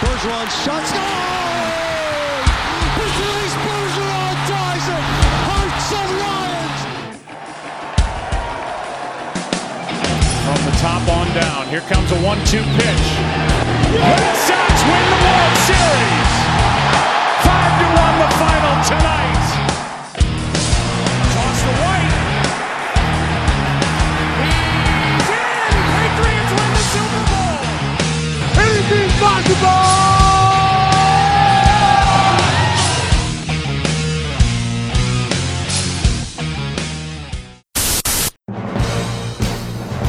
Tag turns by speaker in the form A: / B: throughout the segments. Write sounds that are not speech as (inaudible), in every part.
A: Bergeron shots. Oh! Patrice Bergeron ties it. Hearts of Lions.
B: From the top on down, here comes a one-two pitch. Red Sox win the World Series. Five to one, the final tonight. Toss the white. He's in. Patriots win the Super Bowl. Anything's possible.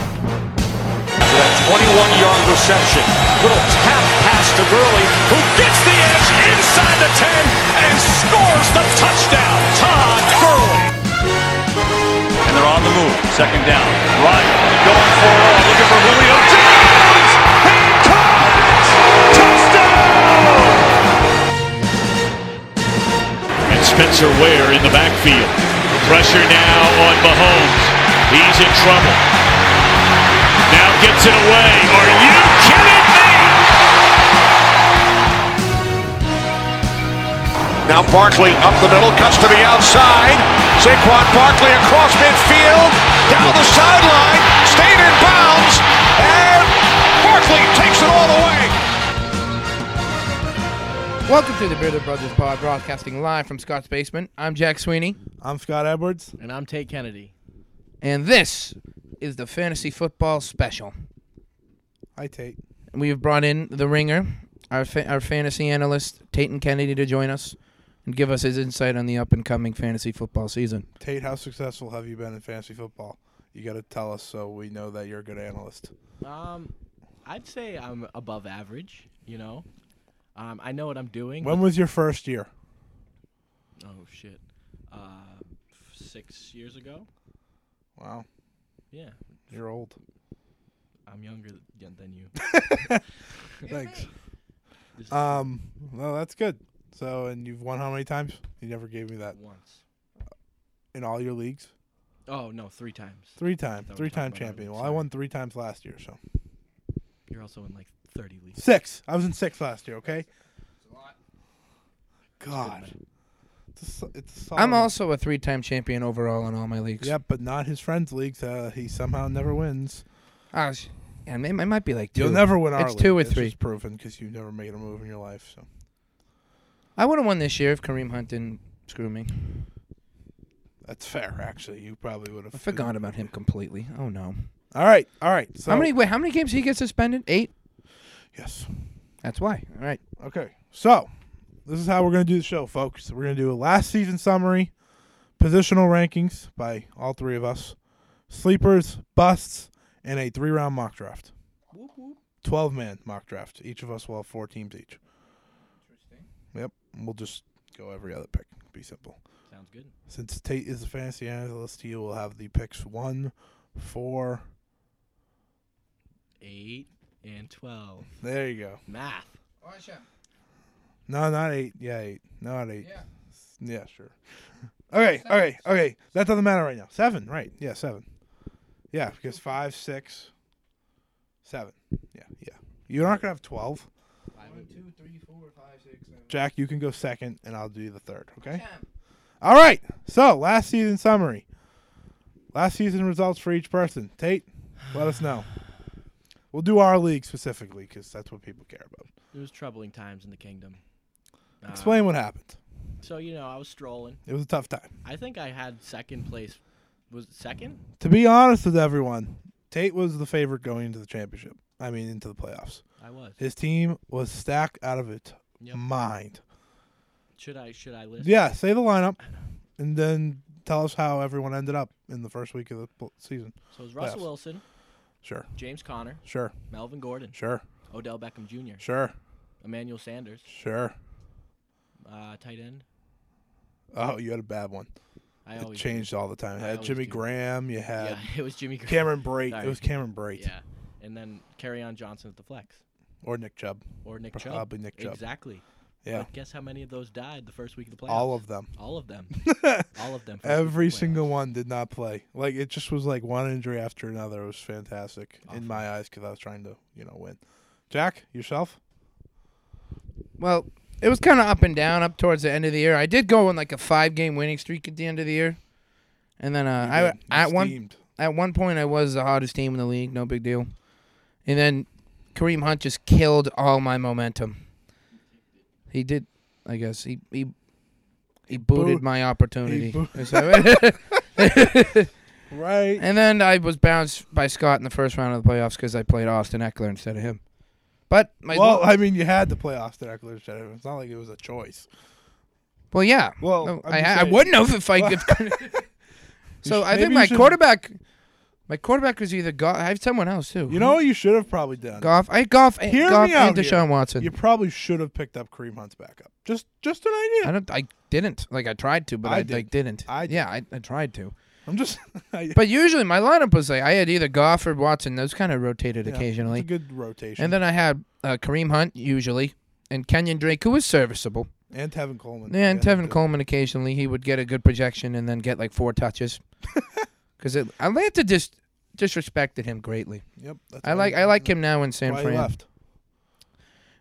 C: for that 21-yard reception. Little tap pass to Gurley, who gets the edge inside the 10 and scores the touchdown. Todd Gurley. And they're on the move. Second down. Ryan going for it all, looking for Julio Jones. He caught it. Touchdown.
B: And Spencer Ware in the backfield. Pressure now on Mahomes. He's in trouble. Now gets it away. Are you kidding me?
D: Now Barkley up the middle, cuts to the outside. Saquon Barkley across midfield, down the sideline, stayed in bounds, and Barkley takes it all the way.
E: Welcome to the Brother Brothers Pod, broadcasting live from Scott's basement. I'm Jack Sweeney,
F: I'm Scott Edwards.
G: And I'm Tate Kennedy.
E: and this is the Fantasy Football Special.
F: Hi, Tate.
E: We have brought in the ringer, our fa- our fantasy analyst Tayton Kennedy, to join us and give us his insight on the up and coming fantasy football season.
F: Tate, how successful have you been in fantasy football? You got to tell us so we know that you're a good analyst.
G: Um, I'd say I'm above average. You know, um, I know what I'm doing.
F: When was your first year?
G: oh shit, uh, f- six years ago.
F: Wow,
G: Yeah,
F: you're old.
G: I'm younger th- than
F: (laughs)
G: you.
F: Thanks.
G: This is
F: Um, well, that's good. So, and you've won how many times? You never gave me that
G: once.
F: in all your leagues.
G: Oh no, three times.
F: Three time,
G: we were
F: three time
G: talking about
F: champion.
G: it.
F: Well, I
G: Sorry.
F: won three times last year. So
G: You're also in like 30 leagues.
F: six. I was in six last year. Okay. God, it's a, so- it's a solid
E: I'm
F: one.
E: also a three time champion overall in all my leagues.
F: Um, Yep, but not his friends' leagues. Uh, he somehow never wins.
E: Ah, sh- yeah, may- I might be like two.
F: You'll never win our
E: It's two
F: league.
E: or
F: It's
E: three.
F: just proven because you've never made a move in your life. So
E: I would have won this year if Kareem Hunt didn't screw me.
F: that's fair. Actually, you probably would have
E: I forgot about him completely. Oh no.
F: All right, all right. So
E: how many? Wait, how many games did he get suspended? Eight.
F: Yes.
E: That's why. All right.
F: Okay. So this is how we're gonna do the show, folks. We're gonna do a last season summary, positional rankings by all three of us, sleepers, busts, and a three round mock draft. Twelve man mock draft. Each of us will have four teams each. Interesting. Yep. and We'll just go every other pick. Be simple.
G: Sounds good.
F: Since Tate is a fantasy analyst, he will have the picks one, four.
G: Eight and 12.
F: There you go.
G: Math.
F: No, not eight. Yeah, eight. Not eight.
E: Yeah.
F: Yeah, sure. (laughs) Okay, okay, okay. That doesn't matter right now. Seven, right? Yeah, seven. Yeah, because five, six, seven. Yeah, yeah. You're not gonna have twelve.
E: One, two, three, four, five, six, seven.
F: Jack, you can go second, and I'll do the third. Okay. All right. So last season summary. Last season results for each person. Tate, let us know. We'll do our league specifically because that's what people care about.
G: It was troubling times in the kingdom. Um,
F: Explain what happened.
G: So, you know, I was strolling.
F: It was a tough time.
G: I think I had second place. Was it second?
F: To be honest with everyone, Tate was the favorite going into the championship. I mean, into the playoffs.
G: I was.
F: His team was stacked out of its
G: Yep.
F: mind.
G: Should I should I list?
F: Yeah, say the lineup, and then tell us how everyone ended up in the first week of the pl- season.
G: So it was Russell
F: Playoffs.
G: Wilson,
F: Sure,
G: James Conner,
F: sure,
G: Melvin Gordon,
F: sure,
G: Odell Beckham Jr.,
F: sure,
G: Emmanuel Sanders,
F: sure.
G: uh, tight end.
F: Oh, you had a bad one.
G: I
F: It
G: always
F: changed all the time. You
G: I
F: had
G: always
F: Jimmy
G: do.
F: Graham. You had
G: (laughs) Yeah, it was Jimmy. Graham.
F: Cameron Brate.
G: Sorry.
F: It was Cameron Brate
G: Yeah, and then carry on Johnson at the flex
F: or Nick Chubb.
G: or Nick Chubb.
F: Probably Nick Chubb.
G: Exactly.
F: Yeah,
G: But guess how many of those died the first week of the playoffs?
F: all of them.
G: All
F: (laughs)
G: of them. all of them. first week of
F: Every
G: the
F: single
G: playoffs.
F: one did not play. Like it just was like one injury after another. It was fantastic in my eyes because I was trying to you know win. Jack, yourself?
E: Well, it was kind of up and down up towards the end of the year. I did go on like a five game winning streak at the end of the year, and then uh, I at one
F: Steamed.
E: at one point I was the hottest team in the league. No big deal. And then Kareem Hunt just killed all my momentum. He did, I guess. He he he booted
F: boo-
E: my opportunity.
F: boo-
E: Is (laughs) that right?
F: Right.
E: and then I was bounced by Scott in the first round of the playoffs because I played Austin Eckler instead of him. But my
F: Well, I mean, you had to play Austin Eckler. instead of him. It's not like it was a choice.
E: Well, yeah.
F: Well,
E: No,
F: Oh, I'm
E: I,
F: just
E: ha- I
F: saying.
E: wouldn't have if
F: (laughs)
E: I. If, (laughs) so
F: sh-
E: I
F: maybe
E: think
F: you
E: my
F: should-
E: quarterback, my quarterback was either Goff. I have someone else too.
F: You know what you should have probably done?
E: Goff. I Goff. and
F: Hear
E: Goff
F: me
E: and
F: out here.
E: Deshaun Watson.
F: You probably should have picked up Kareem Hunt's backup. Just just an
E: I
F: idea.
E: don't. I didn't. Like I tried to, but
F: I
E: I,
F: did.
E: like didn't.
F: I did.
E: yeah, I, I tried to.
F: I'm just. (laughs) I,
E: But usually my lineup was like I had either Goff or Watson. Those kind of rotated
F: yeah,
E: occasionally.
F: It's a good rotation.
E: And
F: And,
E: then I had uh, Kareem Hunt usually, and Kenyon Drake, who was serviceable.
F: Tevin Coleman.
E: Yeah, and
F: Yeah,
E: Tevin
F: good.
E: Coleman occasionally he would get a good projection and then get like four
F: (laughs)
E: touches. Because Atlanta just disrespected him greatly.
F: Yep. that's
E: I
F: why
E: like
F: he-
E: I like him now in San
F: Why he
E: Fran.
F: left?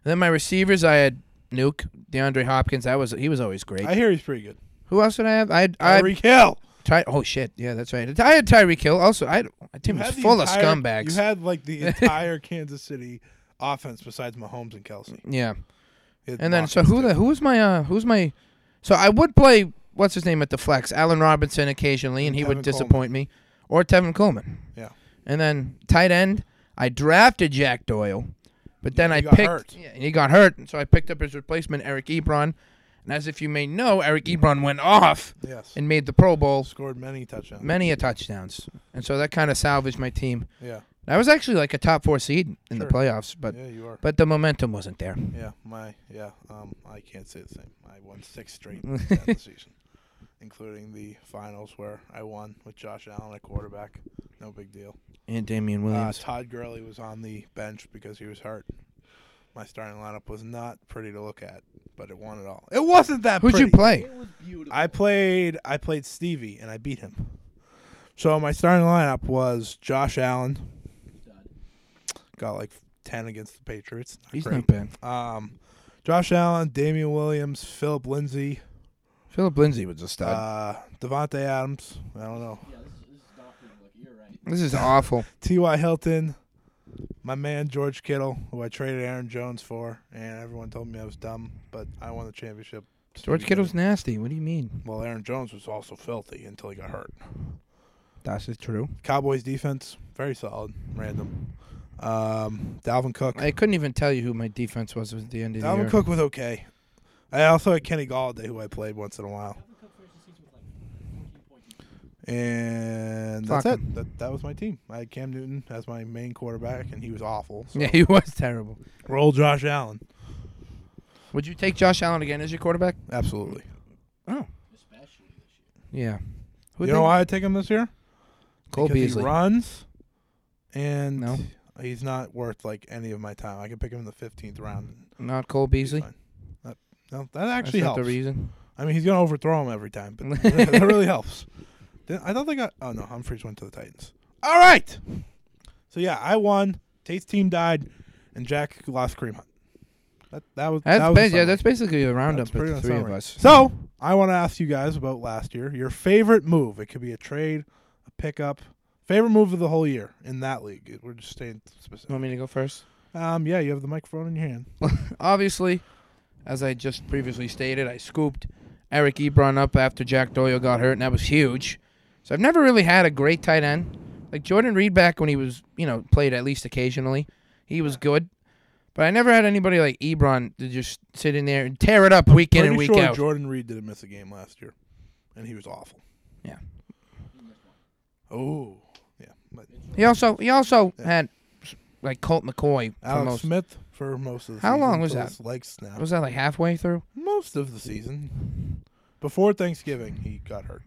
E: Then my receivers I had Nuke, DeAndre Hopkins. That was he was always great.
F: I hear he's pretty good.
E: Who else did I have? I had I
F: Tyreek Hill.
E: Ty, oh shit yeah that's right. I had Tyreek Hill also. I had, my team
F: You
E: was
F: had the
E: full
F: entire-
E: of scumbags.
F: You had like (laughs) the entire Kansas City offense besides Mahomes and Kelsey.
E: yeah.
F: It
E: And then
F: lost
E: so
F: us
E: who
F: too.
E: the who's my uh who's my so I would play what's his name at the flex, Allen Robinson occasionally and he would
F: Tevin
E: disappoint me. Or Tevin Coleman.
F: Yeah.
E: And then tight end, I drafted Jack Doyle, but then I
F: got
E: picked
F: hurt.
E: Yeah, and he got hurt, and so I picked up his replacement, Eric Ebron. And as if you may know, Eric Ebron went off
F: Yes.
E: and made the Pro Bowl,
F: scored many touchdowns.
E: many a touchdowns, and so that kind of salvaged my team.
F: yeah.
E: I was actually like a top four seed in the
F: Sure.
E: playoffs, but
F: Yeah, you are.
E: but the momentum wasn't there.
F: Yeah, my yeah. Um, I can't say the same. I won six (laughs) straight that season, including the finals where I won with Josh Allen at quarterback. No big deal.
E: And Damian
F: Uh,
E: Williams.
F: Todd Gurley was on the bench because he was hurt. My starting lineup was not pretty to look at, but it won it all. It wasn't that.
E: Who'd you
F: pretty.
E: play?
F: I played I played Stevie and I beat him. So my starting lineup was Josh Allen. Got like ten against the Patriots. Not
E: He's
F: great.
E: not bad.
F: Um, Josh Allen, Damian Williams, Philip Lindsay,
E: Philip Lindsay was a stud.
F: uh, Devontae Adams. I don't know.
E: this is
F: (laughs)
E: awful.
F: T.Y. Hilton, my man George Kittle, who I traded Aaron Jones for, and everyone told me I was dumb, but I won the championship.
E: George Kittle's nasty. What do you mean?
F: Well, Aaron Jones was also filthy until he got hurt.
E: That's is true.
F: Cowboys defense, very solid. Random. Um, Dalvin Cook.
E: I couldn't even tell you who my defense was at the end of the year.
F: Dalvin Cook was okay. I also had Kenny Galladay, who I played once in a while. And that's
E: Fuck
F: it. That, that was my team. I had Cam Newton as my main quarterback, and he was awful. So.
E: (laughs) Yeah, he was terrible.
F: Roll Josh Allen.
E: Would you take Josh Allen again as your quarterback?
F: Absolutely.
E: Oh. Yeah. Who
F: you know why I take him this year?
E: Cole
F: because
E: Beasley.
F: he runs, and
E: No.
F: he's not worth like any of my time. I could pick him in the fifteenth round. and
E: Not Cole
F: he's
E: Beasley.
F: fine. That, no, that
E: That's
F: actually
E: not
F: helps.
E: the reason.
F: I mean, he's gonna overthrow him every time,
E: (laughs)
F: but (laughs) that really helps. Didn't- I thought they got. Oh no, Humphreys went to the Titans. All right. So yeah, I won. Tate's team died, and Jack lost Kareem Hunt. That that was
E: That's
F: that was
E: ba-
F: the
E: yeah,
F: summary.
E: that's basically a roundup
F: That's
E: of the
F: much
E: three of
F: summary.
E: us.
F: So I want to ask you guys about last year. Your favorite move? It could be a trade, a pickup. Favorite move of the whole year in that league. We're just staying specific.
E: Want me to go first?
F: Um, yeah, you have the microphone in your hand.
E: (laughs) Obviously, as I just previously stated, I scooped Eric Ebron up after Jack Doyle got hurt, and that was huge. So I've never really had a great tight end. Like Jordan Reed back when he was, you know, played at least occasionally, he was good. But I never had anybody like Ebron to just sit in there and tear it up week in
F: Pretty
E: and week
F: sure
E: out.
F: Jordan Reed didn't miss a game last year, and he was awful.
E: Yeah.
F: Oh, yeah. But
E: He also he also
F: Yeah.
E: had like Colt McCoy for
F: Alex
E: most.
F: Smith for most of the
E: How
F: season
E: long was
F: till
E: that?
F: His legs snapped.
E: Was that like halfway through?
F: most of the season. Before Thanksgiving, he got hurt.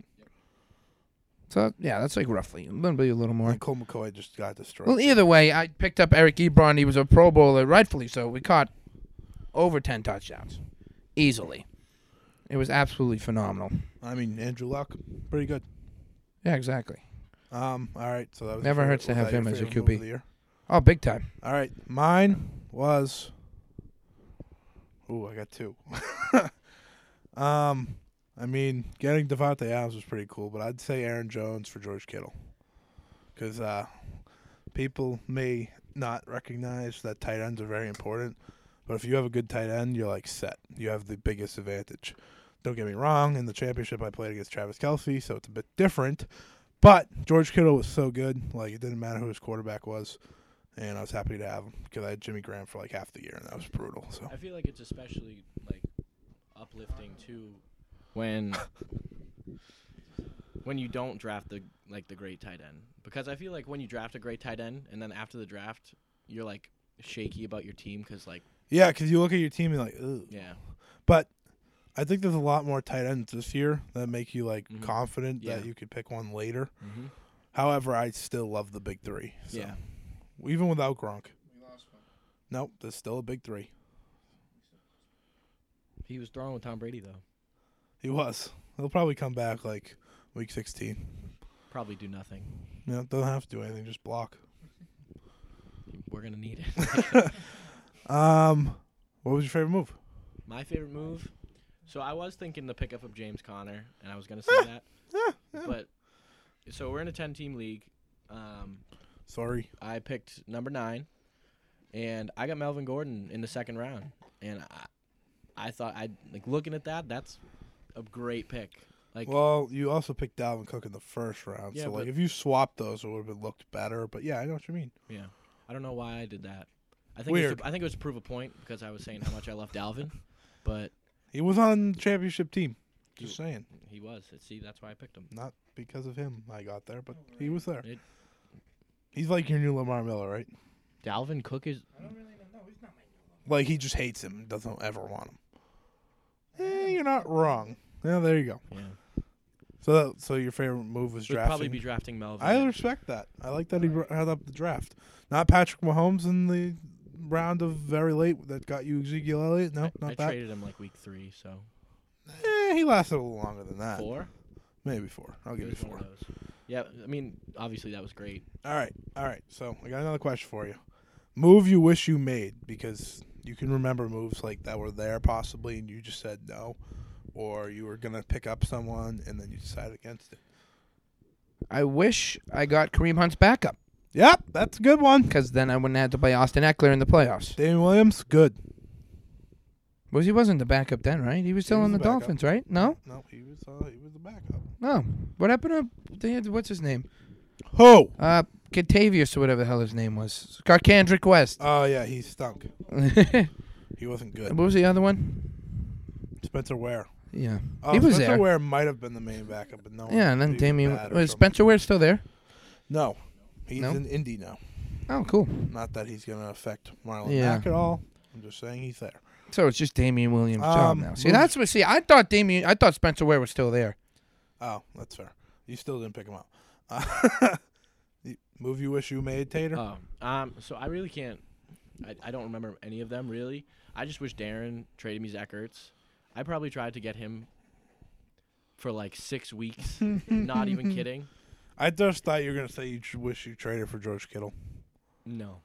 E: So yeah, that's like roughly maybe a little more.
F: And Cole McCoy just got destroyed.
E: Well, either way, I picked up Eric Ebron. He was a Pro Bowler, rightfully so. We caught over ten touchdowns easily. It was absolutely phenomenal.
F: I mean, Andrew Luck, pretty good.
E: Yeah, exactly.
F: Um, all right, so that was
E: Never
F: your favorite-
E: hurts to
F: was
E: have
F: that your
E: him as your
F: favorite move
E: QB.
F: of the year?
E: Oh, big time.
F: All right, mine was Ooh, I got two. (laughs) um, I mean, getting Devontae Adams was pretty cool, but I'd say Aaron Jones for George Kittle, because uh, people may not recognize that tight ends are very important. But if you have a good tight end, you're like set. You have the biggest advantage. Don't get me wrong. In the championship, I played against Travis Kelsey, so it's a bit different. But George Kittle was so good, like it didn't matter who his quarterback was, and I was happy to have him because I had Jimmy Graham for like half the year, and that was brutal. So
G: I feel like it's especially like uplifting too when when you don't draft the like the great tight end because I feel like when you draft a great tight end and then after the draft you're like shaky about your team because like
F: yeah, because you look at your team and you're like, ooh.
G: yeah
F: But I think there's a lot more tight ends this year that make you like
G: Mhm.
F: confident that
G: Yeah.
F: you could pick one later.
G: Mhm.
F: However, I still love the big three. So.
G: yeah
F: Even without Gronk. Nope, there's still a big three.
G: he was throwing with Tom Brady though
F: He was. He'll probably come back like week 16.
G: probably do nothing
F: No, don't have to do anything. Just block.
G: we're gonna need it
F: Um, what was your favorite move?
G: (laughs) my favorite move so I was thinking the pickup of James Conner and I was gonna say that but so we're in a ten team league um
F: Sorry.
G: I picked number nine, and I got Melvin Gordon in the second round, and I, I thought I like looking at that. That's a great pick. Like,
F: Well, you also picked Dalvin Cook in the first round,
G: Yeah,
F: so like
G: but-
F: if you swapped those, it would have looked better. But yeah, I know what you mean.
G: yeah, I don't know why I did that. I think it was
F: Weird.
G: to, I think it was to prove a point because I was saying how much I love Dalvin, but
F: He was on the championship team. Just saying,
G: he was. See, that's why I picked him.
F: not because of him I got there, but he was there.
G: It-
F: He's like your new Lamar Miller, right?
G: Dalvin Cook is
F: Like he just hates him, and doesn't ever want him. Eh, you're not wrong. Yeah, there you go.
G: yeah.
F: So, that, so your favorite move was
G: Would
F: drafting.
G: probably be drafting Melvin.
F: I respect that. I like that he br- held up the draft. Not Patrick Mahomes in the round of very late that got you Ezekiel Elliott. No,
G: I,
F: not
G: I
F: that.
G: traded him like week three, so
F: Eh, he lasted a little longer than that.
G: four.
F: Maybe four. I'll give
G: It
F: you
G: was one
F: four.
G: of those. Yeah, I mean, obviously that was great.
F: All right, all right. So I got another question for you. Move you wish you made because you can remember moves like that were there possibly, and you just said no, or you were gonna pick up someone and then you decided against it.
E: I wish I got Kareem Hunt's backup
F: Yep, that's a good one.
E: because then I wouldn't have to play Austin Eckler in the playoffs.
F: Damian Williams, good.
E: Was he wasn't the backup then, right? He was still
F: was
E: on
F: the
E: the,
F: backup.
E: Dolphins, right? No,
F: No, he was uh, he was the backup.
E: no. What happened to the- what's his name?
F: Who?
E: Uh, Catavius or whatever the hell his name was. Carcandrick West. (laughs)
F: Oh yeah, he stunk.
E: what
F: He wasn't good.
E: was the other one?
F: Spencer Ware.
E: Yeah,
F: Oh,
E: he was
F: Spencer
E: there.
F: Ware might have been the main backup, but no. one-
E: Yeah, and
F: he
E: then
F: was
E: Damien
F: bad or
E: was
F: something.
E: Spencer Ware still there.
F: No, he's
E: No?
F: in Indy now.
E: Oh, cool.
F: Not that he's going to affect Marlon
E: Yeah.
F: Mack at all. I'm just saying he's there.
E: So it's just Damian Williams'
F: Um,
E: job now. See,
F: move-
E: that's what. See, I thought Damian, I thought Spencer Ware was still there.
F: Oh, that's fair. You still didn't pick him up. (laughs) Uh, the move you wish you made, Tater.
G: Oh, um, so I really can't. I, I don't remember any of them really. I just wish Darren traded me Zach Ertz. I probably tried to get him for like six
F: (laughs)
G: weeks. not even kidding.
F: I just thought you were going to say you tr- wish you traded for George Kittle.
G: No.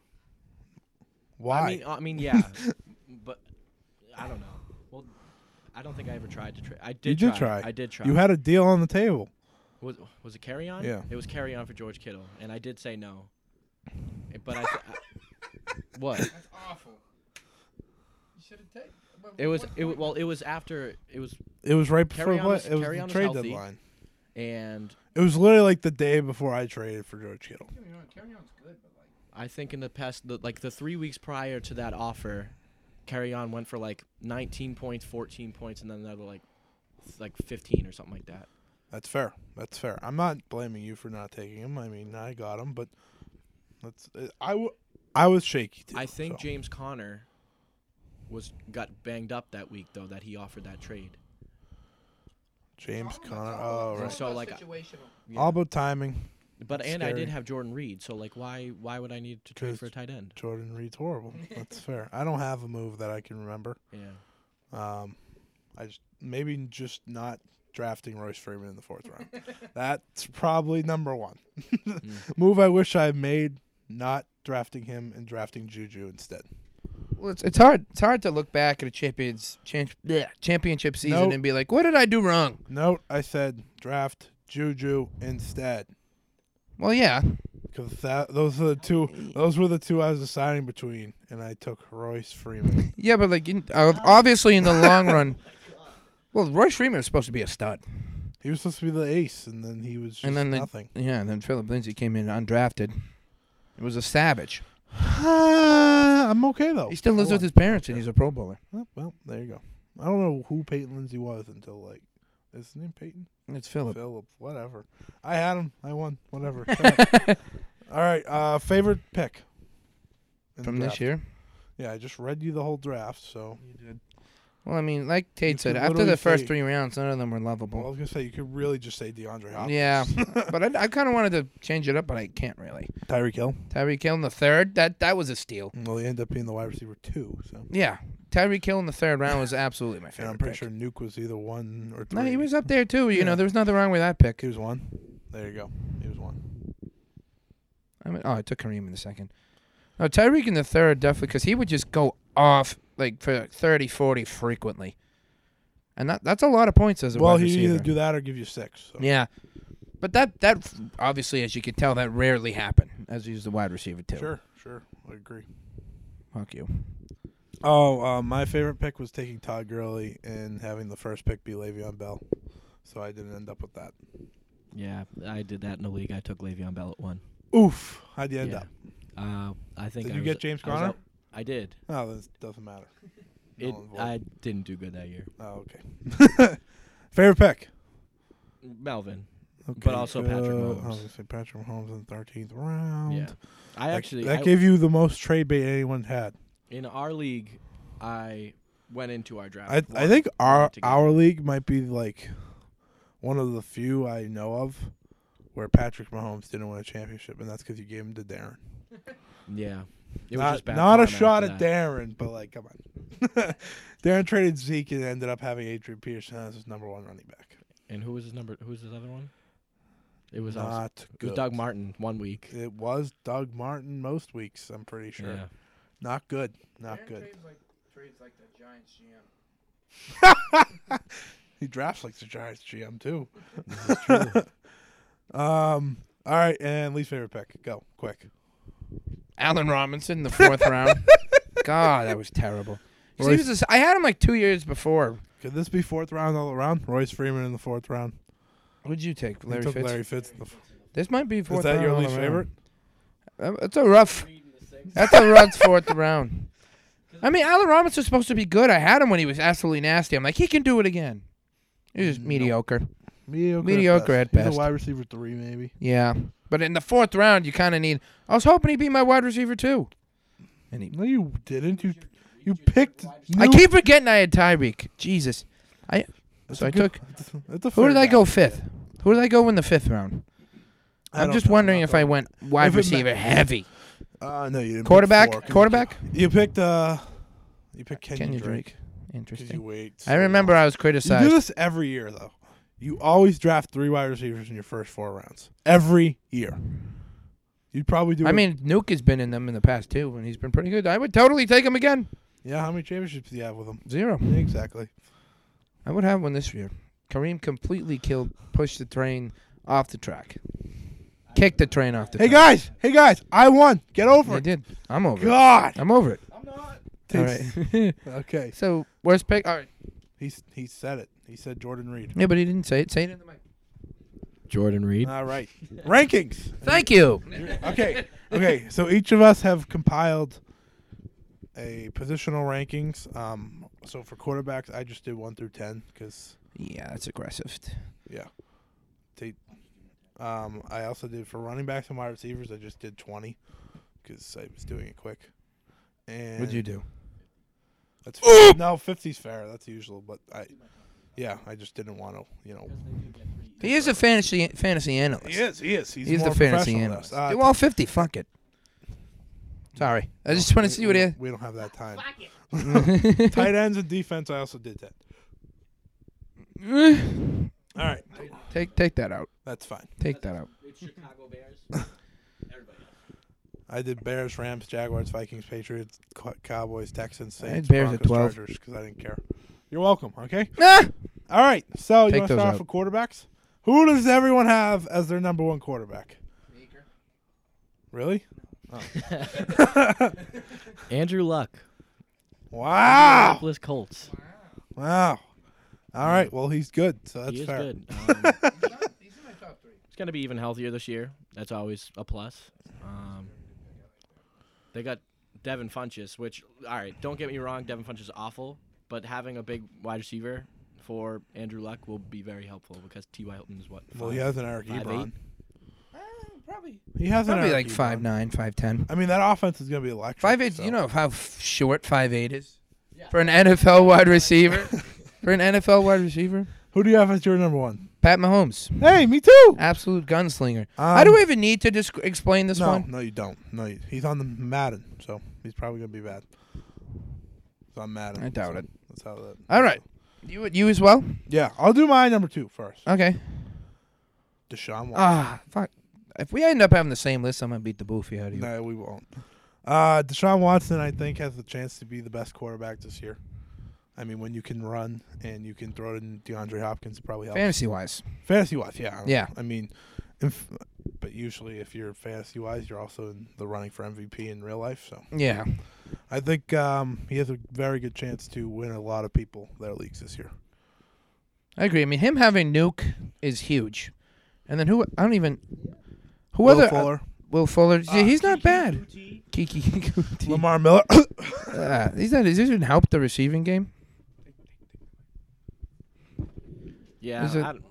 F: Why?
G: I mean, oh, I
F: (laughs)
G: mean, yeah, but I don't know. Well, I don't think I ever tried to trade. I did.
F: you did try.
G: I did try.
F: You had a deal on the table.
G: was was it carry on?
F: Yeah.
G: It was carry on for George Kittle, and I did say no. Eh, But I. Th- I- what?
E: Awful. You should have taken.
G: It was. It wa- well. It was after. It was
F: It was right before
G: Carry on
F: what?
G: was-
F: it was
G: carry
F: the
G: on was
F: trade
G: healthy.
F: deadline.
G: and
F: It was literally like the day before I traded for George Kittle.
G: I think in the past, the, like the three weeks prior to that offer, carry on went for like 19 points, 14 points, and then another like f- like 15 or something like that.
F: That's fair. That's fair. I'm not blaming you for not taking him. I mean, I got him, but that's uh, I, w- I was shaky. Too,
G: I think
F: so.
G: James Conner was got banged up that week though that he offered that trade.
F: James Conner. Oh, right.
G: So
E: uh,
G: like,
F: All about timing.
G: but and I
F: scary.
G: did have Jordan Reed, so like why why would I need to trade
F: 'Cause-
G: for a tight end?
F: Jordan Reed's horrible. That's fair. I don't have a move that I can remember.
G: Yeah,
F: Um, I just maybe just not drafting Royce Freeman in the fourth round. That's probably number one
E: Hmm.
F: (laughs) move. I wish I made not drafting him and drafting Juju instead.
E: Well, it's, it's hard. It's hard to look back at a champions champ, bleh, championship season
F: Nope.
E: and be like, "What did I do wrong?"
F: Note I said draft Juju instead
E: Well, yeah,
F: because that those are the two those were the two I was deciding between, and I took Royce Freeman.
E: yeah, but like, in, uh, obviously, (laughs) in the long run, well, Royce Freeman was supposed to be a stud,
F: he was supposed to be the ace, and then he was just
E: and then the,
F: nothing.
E: yeah, and then Philip Lindsay came in undrafted. It was a savage.
F: Ah, I'm okay though.
E: He still lives
F: For
E: with
F: one.
E: his parents, and he's a Pro Bowler.
F: Oh, well, there you go. I don't know who Peyton Lindsay was until like is his name Peyton
E: And It's Philip.
F: Philip, whatever. I had him. I won.
E: (laughs)
F: Whatever. Shut up. All right. Uh, favorite pick in the
E: from this
F: draft.
E: year. Mm-hmm.
F: Yeah, I just read you the whole draft, so
E: Well, I mean, like Tate
F: could
E: said, after
F: literally
E: the first
F: say-
E: three rounds, none of them were
F: well, I
E: lovable.
F: was gonna say you could really just say DeAndre Hopkins.
E: yeah,
F: (laughs)
E: but I, I kind of wanted to change it up, but I can't really.
F: Tyreek Hill.
E: Tyreek Hill in the third, that that was a steal.
F: Well, he ended up being the wide receiver two. So,
E: Yeah, Tyreek Hill in the third round was
F: (laughs)
E: absolutely my
F: and
E: favorite.
F: I'm pretty
E: pick.
F: sure Nuke was either one or three.
E: No, he was up there too. You
F: Yeah.
E: know, there was nothing wrong with that pick.
F: He was one. There you go. He was one.
E: I mean, oh, I took Kareem in the second. No, Tyreek in the third definitely because he would just go off like for like, 30, 40 frequently, and that that's a lot of points as a
F: Well,
E: wide
F: he
E: receiver.
F: either do that or give you six. So.
E: yeah, but that that obviously, as you can tell, that rarely happened as he's the wide receiver too.
F: Sure, sure. I agree.
E: Fuck you.
F: Oh, uh, my favorite pick was taking Todd Gurley and having the first pick be Le'Veon Bell. So I didn't end up with that.
G: Yeah, I did that in the league. I took Le'Veon Bell at one.
F: Oof. How'd you end
G: Yeah.
F: up?
G: Uh, I think.
F: Did
G: I
F: you
G: was-
F: get James
G: I was
F: Conner?
G: out- I did.
F: Oh, this doesn't matter. No
G: It,
F: one voted.
G: I didn't do good that year.
F: Oh, okay. (laughs) favorite pick?
G: Melvin.
F: Okay, uh, Oh,
G: But also Patrick Mahomes.
F: I was gonna say Patrick Mahomes in the 13th round.
G: Yeah. I
F: That-
G: actually
F: That
G: I-
F: gave you the most trade bait anyone had.
G: in our league. I went into our draft.
F: I I
G: one.
F: think our
G: to get-
F: our league might be like one of the few I know of where Patrick Mahomes didn't win a championship, and that's because you gave him to Darren.
G: Yeah. It
F: not,
G: was just bad
F: not a
G: karma
F: shot
G: after
F: at
G: that.
F: Darren, but like, come on. (laughs) Darren traded Zeke and ended up having Adrian Peterson as his number one running back.
G: And who was his number? Who was his other one? It was also,
F: Not
G: it was
F: good.
G: Doug Martin one week.
F: It was Doug Martin most weeks. I'm pretty sure.
G: Yeah.
F: Not good. Not good.
E: like, trades like the Giants GM.
F: (laughs) He drafts like the Giants GM too. (laughs) um. All right, and least favorite pick. Go quick.
E: Allen Robinson in the (laughs) fourth round. God, that was terrible. 'Cause He was
F: Royce-
E: a s- I had him like two years before.
F: (laughs) Could this be fourth round all around? Royce Freeman in the fourth round.
E: What'd you take,
F: Larry
E: Larry
F: took
E: Fitz?
F: Larry Fitz. in the f-
E: This might be
F: Is
E: fourth.
F: that your
E: round
F: least
E: all
F: favorite?
E: around. Uh, It's a rough. That's a rough fourth round. I mean, Allen Robinson's supposed to be good. I had him when he was absolutely nasty. I'm like, he can do it again. He was mediocre.
F: Mediocre.
E: Mediocre
F: best.
E: at
F: He's
E: best.
F: a wide receiver three, maybe.
E: Yeah, but in the fourth round, you kind of need. I was hoping he'd be my wide receiver too. And he,
F: No, you didn't. You you picked.
E: I
F: Nuke.
E: keep forgetting I had Tyreek. Jesus, I.
F: That's
E: so
F: a
E: I
F: good-
E: took.
F: (laughs) that's a- that's a
E: Who
F: fair
E: did I
F: guy.
E: go fifth? Who did I go in the fifth round?
F: I
E: I'm
F: don't
E: just
F: know.
E: wondering
F: Not
E: if
F: the-
E: I went wide
F: If it ma-
E: receiver heavy.
F: Uh, no, you didn't. pick
E: Quarterback?
F: four, 'cause
E: Quarterback?
F: You, you picked. Uh, you picked Kenyon,
E: Kenyon
F: Drake.
E: Drake.
F: Because you
E: Interesting.
F: wait.
E: I remember I was
F: You do
E: criticized.
F: this every year though. You always draft three wide receivers in your first four rounds every year. You'd probably do.
E: I
F: it-
E: mean, Nuke has been in them in the past too, and he's been pretty good. I would totally take him again.
F: yeah. How many championships do you have with them?
E: Zero.
F: Exactly.
E: I would have one this year. Kareem completely killed, pushed the train off the track, kicked the train off the.
F: Hey
E: track.
F: guys, hey guys, I won. Get over
E: I
F: it.
E: did. I'm over. It.
F: God.
E: I'm over it. All
F: He's-
E: right.
F: Okay.
E: (laughs) so worst pick. All right.
F: He's he said it. He said Jordan Reed.
E: Yeah, but he didn't say it. Say it in the mic.
G: Jordan Reed.
F: All right. Rankings.
E: Thank you.
F: Okay. Okay. So each of us have compiled a positional rankings. Um. So for quarterbacks, I just did one through ten because
E: Yeah, that's aggressive.
F: yeah. They, um. I also did for running backs and wide receivers. I just did twenty because I was doing it quick. And
E: What'd you do?
F: That's fair. no fifty's fair. That's usual, but I. Yeah, I just didn't want to, you know.
E: He is a fantasy fantasy analyst.
F: is. He is. He's,
E: He's the
F: more
E: fantasy
F: professional than
E: analyst.
F: us. Uh,
E: Do all 50. Fuck it. Sorry. I just want to see what
F: we, (laughs)
E: it
F: we don't have that time.
E: is.
F: (laughs) Tight ends and defense. I also did that. All right,
E: (laughs) take take that out.
F: that's fine.
E: Take
F: (laughs)
E: that out.
G: It's Chicago Bears. Everybody.
F: I did Bears, Rams, Jaguars, Vikings, Patriots, Co- Cowboys, Texans,
E: had
F: Saints,
E: Bears at 12.
F: Broncos, Chargers because I didn't care. You're welcome. Okay.
E: Ah!
F: All right. So you
E: Take
F: want to
E: those out.
F: start off with quarterbacks? Who does everyone have as their number one quarterback? Really?
G: Andrew Luck,
F: Wow!
G: Indianapolis Colts.
F: Wow! All right. Well, he's good. So that's
G: he is
F: fair.
G: good. Um, He's gonna be even healthier this year. That's always a plus. Um, they got Devin Funches, which all right, don't get me wrong, Devin Funches is awful, but having a big wide receiver for Andrew Luck will be very helpful because T. Y. Hilton is what.
F: Well, he has an Eric
G: Five,
F: Ebron.
G: eight. Uh,
E: Probably,
F: He has an
E: probably
F: Eric
E: like
F: Ebron.
E: five nine, five
F: (laughs)
E: ten,
F: I mean, that offense is going to be electric.
E: five eight.
F: so.
E: You know how f- short five eight is for an NFL wide
F: (laughs)
E: receiver. for an NFL wide receiver,
F: Who do you have as your number one?
E: Pat Mahomes,
F: Hey, me too.
E: absolute gunslinger. I do
F: Um,
E: I even need to disc- explain this
F: no,
E: one?
F: no, you don't. No, you, he's on the Madden, so he's probably going to be bad. He's on Madden.
E: I doubt
F: so
E: it.
F: That's how that.
E: All right, you you as well?
F: Yeah, I'll do my number two first.
E: Okay.
F: Deshaun Watson.
E: Ah, fuck. If we end up having the same list, I'm gonna beat the boofy out of you.
F: No, we won't. Uh, Deshaun Watson, I think, has the chance to be the best quarterback this year. I mean, when you can run and you can throw it in DeAndre Hopkins, it probably helps.
E: Fantasy wise,
F: fantasy wise, yeah, I don't-
E: Yeah.
F: I mean, if, but usually if you're fantasy wise, you're also in the running for MVP in real life. So
E: yeah.
F: I think um, he has a very good chance to win a lot of people their leagues this year.
E: I agree. I mean, him having Nuke is huge. And then who? I don't even. Who
F: Will
E: other? uh,
F: Fuller, Uh,
E: Will Fuller. See, he's not bad. Kiki. (laughs) Kuti.
F: Lamar Miller. (coughs)
E: Uh, he's not. Does this even help the receiving game?
G: Yeah.
E: Is it-
G: I don't-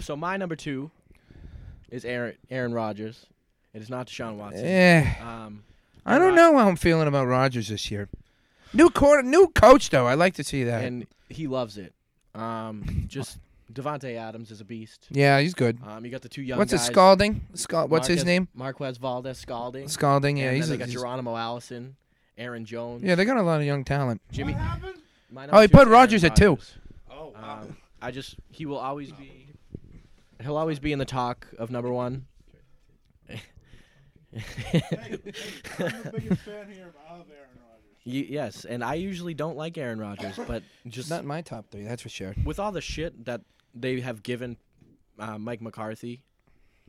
G: so my number two is Aaron Aaron Rodgers. It is not Deshaun Watson.
E: Eh.
G: Um,
E: I don't
G: Rod-
E: know how I'm feeling about Rodgers this year. New quarter, new coach though. I like to see that.
G: and he loves it. Um, just Devonte Adams is a beast.
E: yeah, he's good.
G: Um, you got the two young
E: What's his
G: guys.
E: Scalding? Scal- what's his
G: Marquez-
E: name?
G: Marquez Valdez Scalding.
E: Scalding. Yeah,
G: and
E: he's,
G: then
E: a,
G: they got
E: he's-
G: Geronimo Allison, Aaron Jones.
E: yeah. They got a lot of young talent.
G: Jimmy. My number
E: Oh, he
G: two
E: put
G: is Aaron
E: Rodgers at two.
G: Rodgers. Um, I just he will always be. He'll always be in the talk of number one. (laughs) Y- yes, and I usually don't like Aaron Rodgers, but just
E: Not in my top three, that's for sure.
G: with all the shit that they have given uh, Mike McCarthy,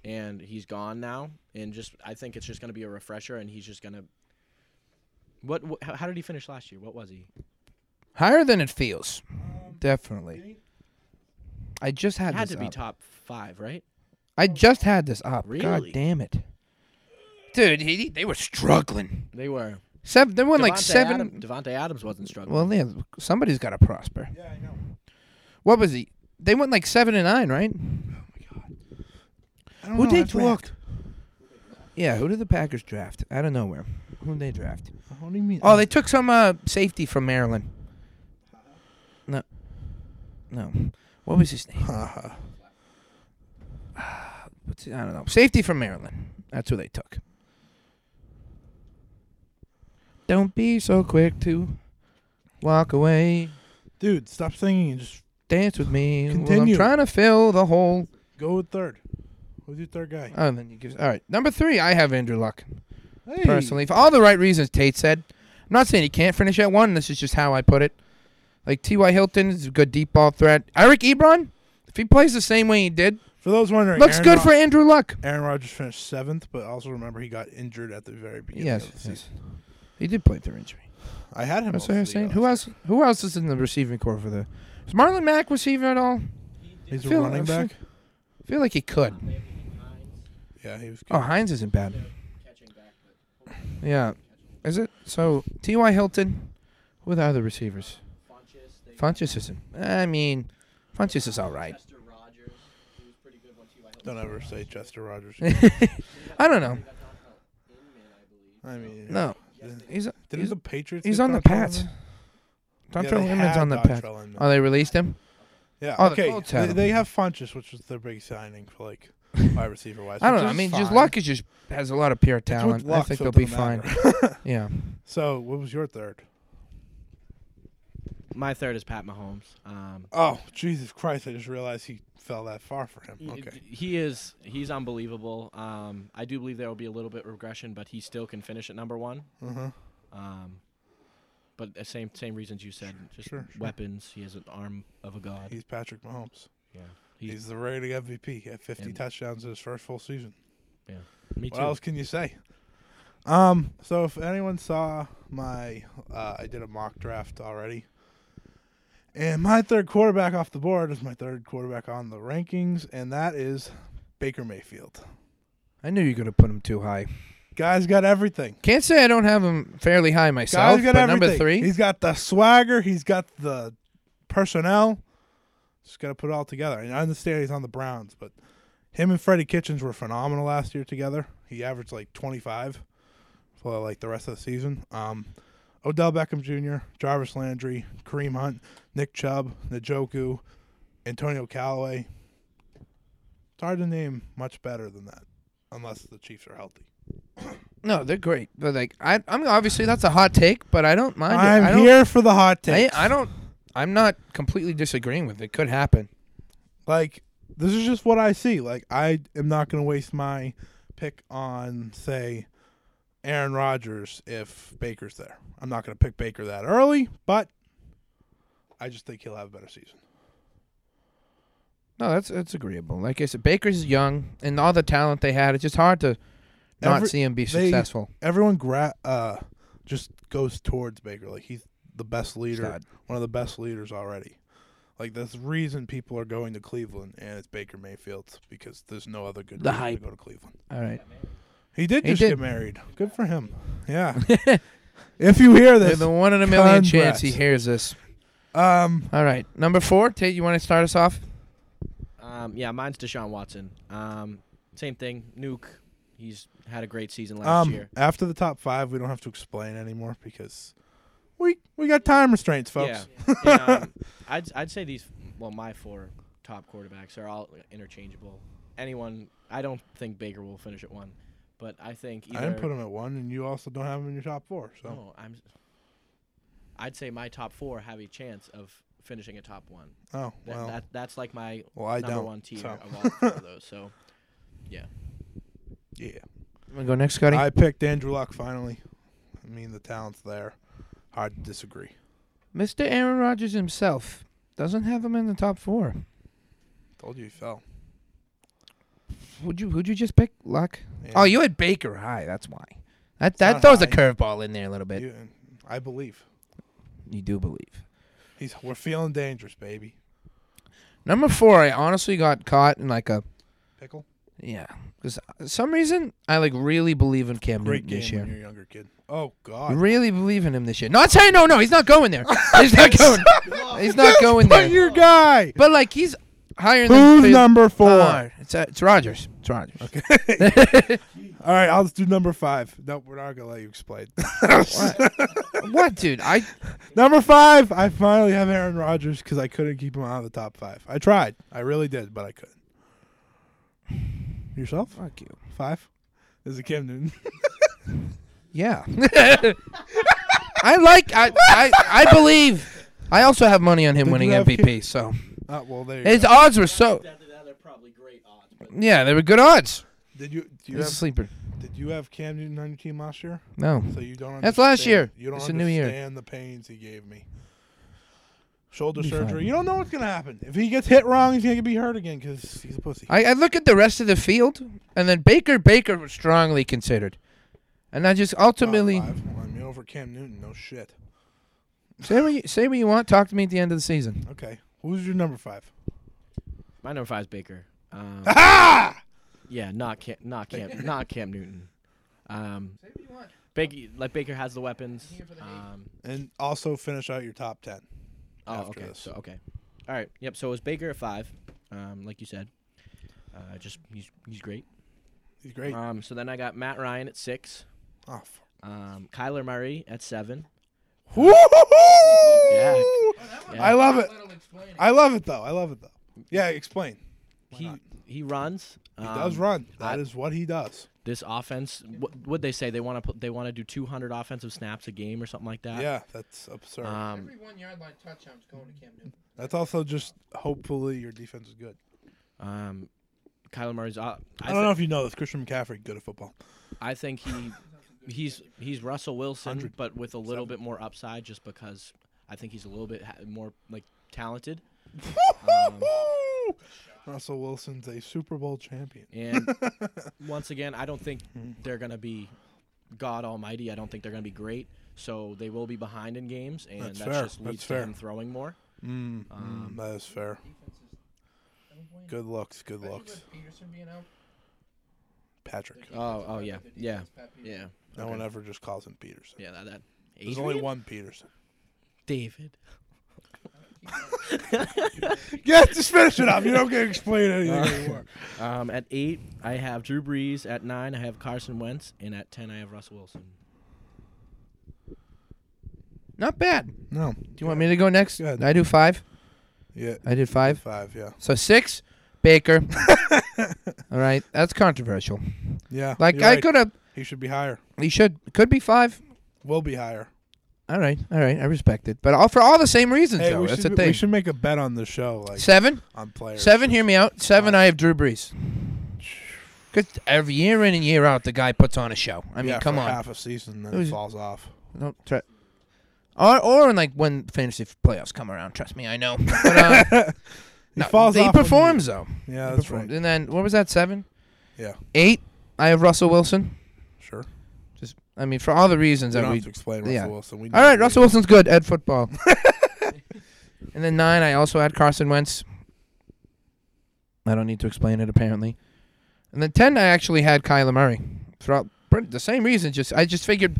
G: and he's gone now, and just I think it's just going to be a refresher, and he's just going to. What? Wh- how how did he finish last year? What was he?
E: Higher than it feels, definitely. I just had,
G: Had
E: this
G: to be
E: up.
G: top five, right?
E: I just had this up. God
G: Really?
E: damn it, dude! He, they were struggling.
G: They were.
E: Seven. They won like
G: Devontae
E: seven.
G: Adam- Devontae Adams wasn't struggling.
E: Well, yeah, somebody's got to prosper. Yeah, I know. What was he? They went like seven and nine, right?
G: Oh,
F: I don't
E: Who
F: know,
E: they
F: I forgot.
E: draft? Yeah, who did the Packers draft? Out of nowhere. Who did they draft?
F: What do you mean?
E: Oh, they took some uh, safety from Maryland. No. No. What was his name? (sighs) Ah, what's it- I don't know. Safety from Maryland. That's who they took. Don't be so quick to walk away.
F: dude, stop singing and just
E: Dance with me. while
F: Continue.
E: I'm trying to fill the hole.
F: go with third. Who's your third guy?
E: Oh, and then you give. All right, number three, I have Andrew Luck
F: Hey.
E: personally for all the right reasons. Tate said, "I'm not saying he can't finish at one. This is just how I put it." Like T.Y. Hilton is a good deep ball threat. Eric Ebron, if he plays the same way he did,
F: For those wondering,
E: looks
F: Aaron
E: good
F: Rod-
E: for Andrew Luck.
F: Aaron Rodgers finished seventh, but also remember he got injured at the very beginning
E: Yes,
F: of the
E: yes.
F: season.
E: he did play through injury.
F: I had him. uh,
E: That's
F: over
E: what I was
F: the
E: saying.
F: year
E: Who
F: last
E: else? Who else is in the receiving core for the? Is Marlon Mack receiver at all?
F: year. He's a
E: Phil-
F: running back.
E: I feel like he could.
F: Yeah, he was. Good.
E: Oh, Hines isn't bad. Yeah. Is it? So, T.Y. Hilton, who are the other receivers? Funches isn't. I mean, Funches is all right. (laughs)
F: Don't ever say Chester Rogers.
E: I don't know.
F: I mean,
E: No. He's
F: Didn't
E: he's,
F: the Patriots?
E: he's
F: get
E: on the
F: Dontrell
E: Pats.
F: Inman? Yeah,
E: Dontrell
F: they
E: Inman's
F: had
E: on the Pats.
F: Dontrell Inman.
E: Oh, they released him?
F: Yeah.
E: oh, the
F: okay.
E: Colts had
F: They,
E: him.
F: they have Funches, which was their big signing
E: (laughs)
F: for like wide receiver wise.
E: I don't know. I mean, just Luck is just has a lot of pure talent. I think they'll be fine.
F: (laughs)
E: yeah.
F: so, what was your third?
G: My third is Pat Mahomes. Um,
F: Oh, Jesus Christ! I just realized he fell that far for him.
G: he-
F: Okay.
G: He is he's unbelievable.
F: Uh-huh.
G: Um, I do believe there will be a little bit of regression, but he still can finish at number one. Um, But the same same reasons you said, just
F: sure, sure.
G: weapons. He has an arm of a god.
F: He's Patrick Mahomes.
G: yeah,
F: He's,
G: he's,
F: the rating MVP at 50
G: And-
F: touchdowns in his first full season.
G: yeah. Me too.
F: What else can you say? Um, so if anyone saw my, uh, I did a mock draft already, and my third quarterback off the board is my third quarterback on the rankings, and that is Baker Mayfield.
E: I knew you were going to put him too high.
F: Guy's got everything.
E: Can't say I don't have him fairly high myself,
F: Guy's got
E: but
F: everything.
E: number three.
F: he's got the swagger. He's got the personnel. Just got to put it all together. And I understand he's on the Browns, but him and Freddie Kitchens were phenomenal last year together. He averaged like 25 for like the rest of the season. Um, Odell Beckham Jr., Jarvis Landry, Kareem Hunt, Nick Chubb, Najoku, Antonio Callaway. It's hard to name much better than that, unless the Chiefs are healthy.
E: no, they're great. But like, I, I'm obviously that's a hot take, but I don't mind it. I
F: I'm
E: don't,
F: here for the hot
E: I,
F: takes.
E: I don't. I'm not completely disagreeing with it. It Could happen.
F: like this is just what I see. Like I am not going to waste my pick on say Aaron Rodgers if Baker's there. I'm not going to pick Baker that early, but I just think he'll have a better season.
E: No, that's that's agreeable. Like I said, Baker's young, and all the talent they had. It's just hard to not
F: Every-
E: see him be
F: they-
E: successful.
F: Everyone gra- uh just goes towards Baker like he's the best leader,
E: Stud.
F: one of the best leaders already. Like that's the reason people are going to Cleveland and it's Baker Mayfield because there's no other good
E: The
F: reason
E: hype.
F: to go to Cleveland.
E: All right,
F: He did
E: He
F: just
E: did.
F: get married. Good for him.
G: (laughs)
F: Yeah. if you hear
E: There's
F: this,
E: the one in a million chance
F: Congrats.
E: he hears this.
F: um,
E: All right, number four, Tate. You want to start us off?
G: Um, yeah, mine's Deshaun Watson. Um, same thing. Nuke. He's had a great season last
F: um,
G: year.
F: after the top five, we don't have to explain anymore because we we got time restraints, folks.
G: Yeah. And, um, I'd I'd say these. Well, my four top quarterbacks are all interchangeable. Anyone. I don't think Baker will finish at one, but I think either.
F: I didn't put him at one, and you also don't have him in your top four. So
G: No, I'm. I'd say my top four have a chance of finishing a top one.
F: oh
G: That,
F: well,
G: that that's like my
F: Well, I
G: number
F: don't,
G: one tier
F: so.
G: of all four of those.
F: (laughs)
G: So, yeah.
F: yeah.
E: You want to go next, Scotty?
F: I picked Andrew Luck finally. I mean, the talent's there. Hard to disagree.
E: Mr. Aaron Rodgers himself doesn't have him in the top four.
F: Told you he fell.
E: Would you? Would you just pick Luck?
F: Yeah.
E: Oh, you had Baker high. That's why. That
F: not
E: that throws a
F: high.
E: curveball in there a little bit. You,
F: You, I believe
E: do believe.
F: he's. We're feeling dangerous, baby.
E: Number four, I honestly got caught in like a
F: Pickle.
E: yeah. Because some reason I like really believe in Cam
F: Great
E: Newton
F: game
E: this
F: when
E: year.
F: you're a younger kid. Oh
E: I
F: God.
E: really believe in him this year. Not saying no, no, he's not going
F: (laughs)
E: there. He's not going. he's not going
F: But
E: there.
F: your guy.
E: But like he's higher than
F: Who's
E: Phil-
F: number four?
E: Ah, it's uh, it's Rogers. It's Rogers. Okay.
F: All right, I'll just do number five. No, we're not gonna let you explain.
E: (laughs)
F: (laughs)
E: what, dude? I
F: number five, I finally have Aaron Rodgers because I couldn't keep him out of the top five. I tried, I really did, but I couldn't. Yourself
E: fuck you.
F: five? Is it Cam Newton? (laughs)
E: Yeah. I like. I, I I believe. I also have money on him
F: you
E: winning
F: have
E: MVP. So
F: Ah, well, there. You
E: his
F: go.
E: odds were so.
G: They're probably great odds.
E: Yeah, they were good odds.
F: Did you do you
E: He's a
F: have
E: sleeper.
F: did you have Cam Newton on your team last year?
E: No.
F: So you don't.
E: That's last year.
F: understand- You don't
E: It's a
F: understand
E: new year.
F: the pains he gave me. Shoulder
E: Be fine.
F: surgery. You don't know what's gonna happen. If he gets hit wrong, he's gonna be hurt again because he's a pussy.
E: I, I look at the rest of the field, and then Baker Baker was strongly considered, and I just ultimately
F: Top five. Well, I mean, over Cam Newton, no shit.
E: say what you, say what you want. Talk to me at the end of the season.
F: Okay. Who's your number five?
G: My number five is Baker.
F: (laughs)
G: Um,
F: Ah!
G: yeah, not Cam, not Cam, not Cam Newton. Um, Baker, like Baker has the weapons. Um,
F: And also finish out your top ten.
G: oh,
F: After
G: okay.
F: this.
G: So okay, all right. Yep. So it was Baker at five, um, like you said. Uh, just he's he's great.
F: He's great.
G: Um, so then I got Matt Ryan at six.
F: Oh, fuck.
G: Um, Kyler Murray at seven.
F: Woo-hoo-hoo!
G: Yeah.
F: I love it. I love it though. I love it though. Yeah, explain.
G: He
F: not?
G: he runs.
F: He does
G: um,
F: run.
G: I-
F: That is what he does.
G: This offense, what would they say? They want to they want to do 200 offensive snaps a game or something like that.
F: Yeah, that's absurd.
G: Um,
E: one yard line touchdown's going to Cam Newton.
F: that's also just hopefully your defense is good.
G: um, Kyler Murray's. Uh,
F: (laughs)
G: I,
F: I don't know if you know this. Christian McCaffrey, good at football.
G: I think he He's he's Russell Wilson,
F: 100.
G: but with a little bit more upside, just because I think he's a little bit ha- more like talented.
F: Russell Wilson's a Super Bowl champion. (laughs)
G: And once again, I don't think
F: Hmm.
G: they're gonna be God Almighty. I don't think they're gonna be great. So they will be behind in games, and
F: That's
G: that
F: fair.
G: just
F: That's
G: leads
F: fair.
G: to him throwing more.
F: Mm, that is fair. Good looks, good looks.
E: Peterson being out.
F: Patrick.
G: Oh, oh yeah, yeah, yeah,
F: No one ever just calls him Peterson.
G: yeah. That, that.
F: There's
G: Adrian?
F: only one Peterson.
G: David.
F: (laughs) Yeah, just finish it up. You don't get to (laughs) explain anything anymore.
G: Um, at eight, I have Drew Brees. At nine, I have Carson Wentz, and at ten, I have Russell Wilson.
E: Not bad.
F: No.
E: Do you want me to go next?
F: Go ahead.
E: I do five.
F: Yeah.
E: I did five.
F: Five, yeah.
E: So six,
F: (laughs)
E: Baker. All right, that's controversial.
F: Yeah.
E: Like
F: you're
E: I
F: right.
E: could have.
F: He should be higher.
E: He should could be five.
F: Will be higher.
E: All right, all right, I respect it, but all for all the same reasons
F: Hey,
E: though.
F: we
E: that's
F: should,
E: the thing.
F: we should make a bet on the show, like
E: Seven,
F: on players.
E: seven. Hear me out. Seven. I have Drew
F: (sighs)
E: Brees. Because every year in and year out, the guy puts on a show. I mean,
F: yeah,
E: come
F: for
E: on.
F: half a season, then
E: Who's-
F: it falls off.
E: Don't try. Or, or in like when fantasy playoffs come around. Trust me, I know.
F: (laughs)
E: But, uh,
F: He
E: no,
F: falls
E: he
F: off. when
E: performs though.
F: you- Yeah,
E: He
F: that's
E: performs.
F: right.
E: And then what was that? Seven,
F: Yeah,
E: eight. I have Russell Wilson.
F: sure.
E: Just I mean, for all the reasons
F: You
E: that
F: don't
E: we
F: have to explain
E: yeah.
F: Russell Wilson. We
E: All
F: know
E: right,
F: who
E: Russell
F: he
E: Wilson's good at football. (laughs) and then nine, I also had Carson Wentz. I don't need to explain it apparently. And then ten, I actually had Kyler Murray. Throughout pretty- the same reason, just I just figured,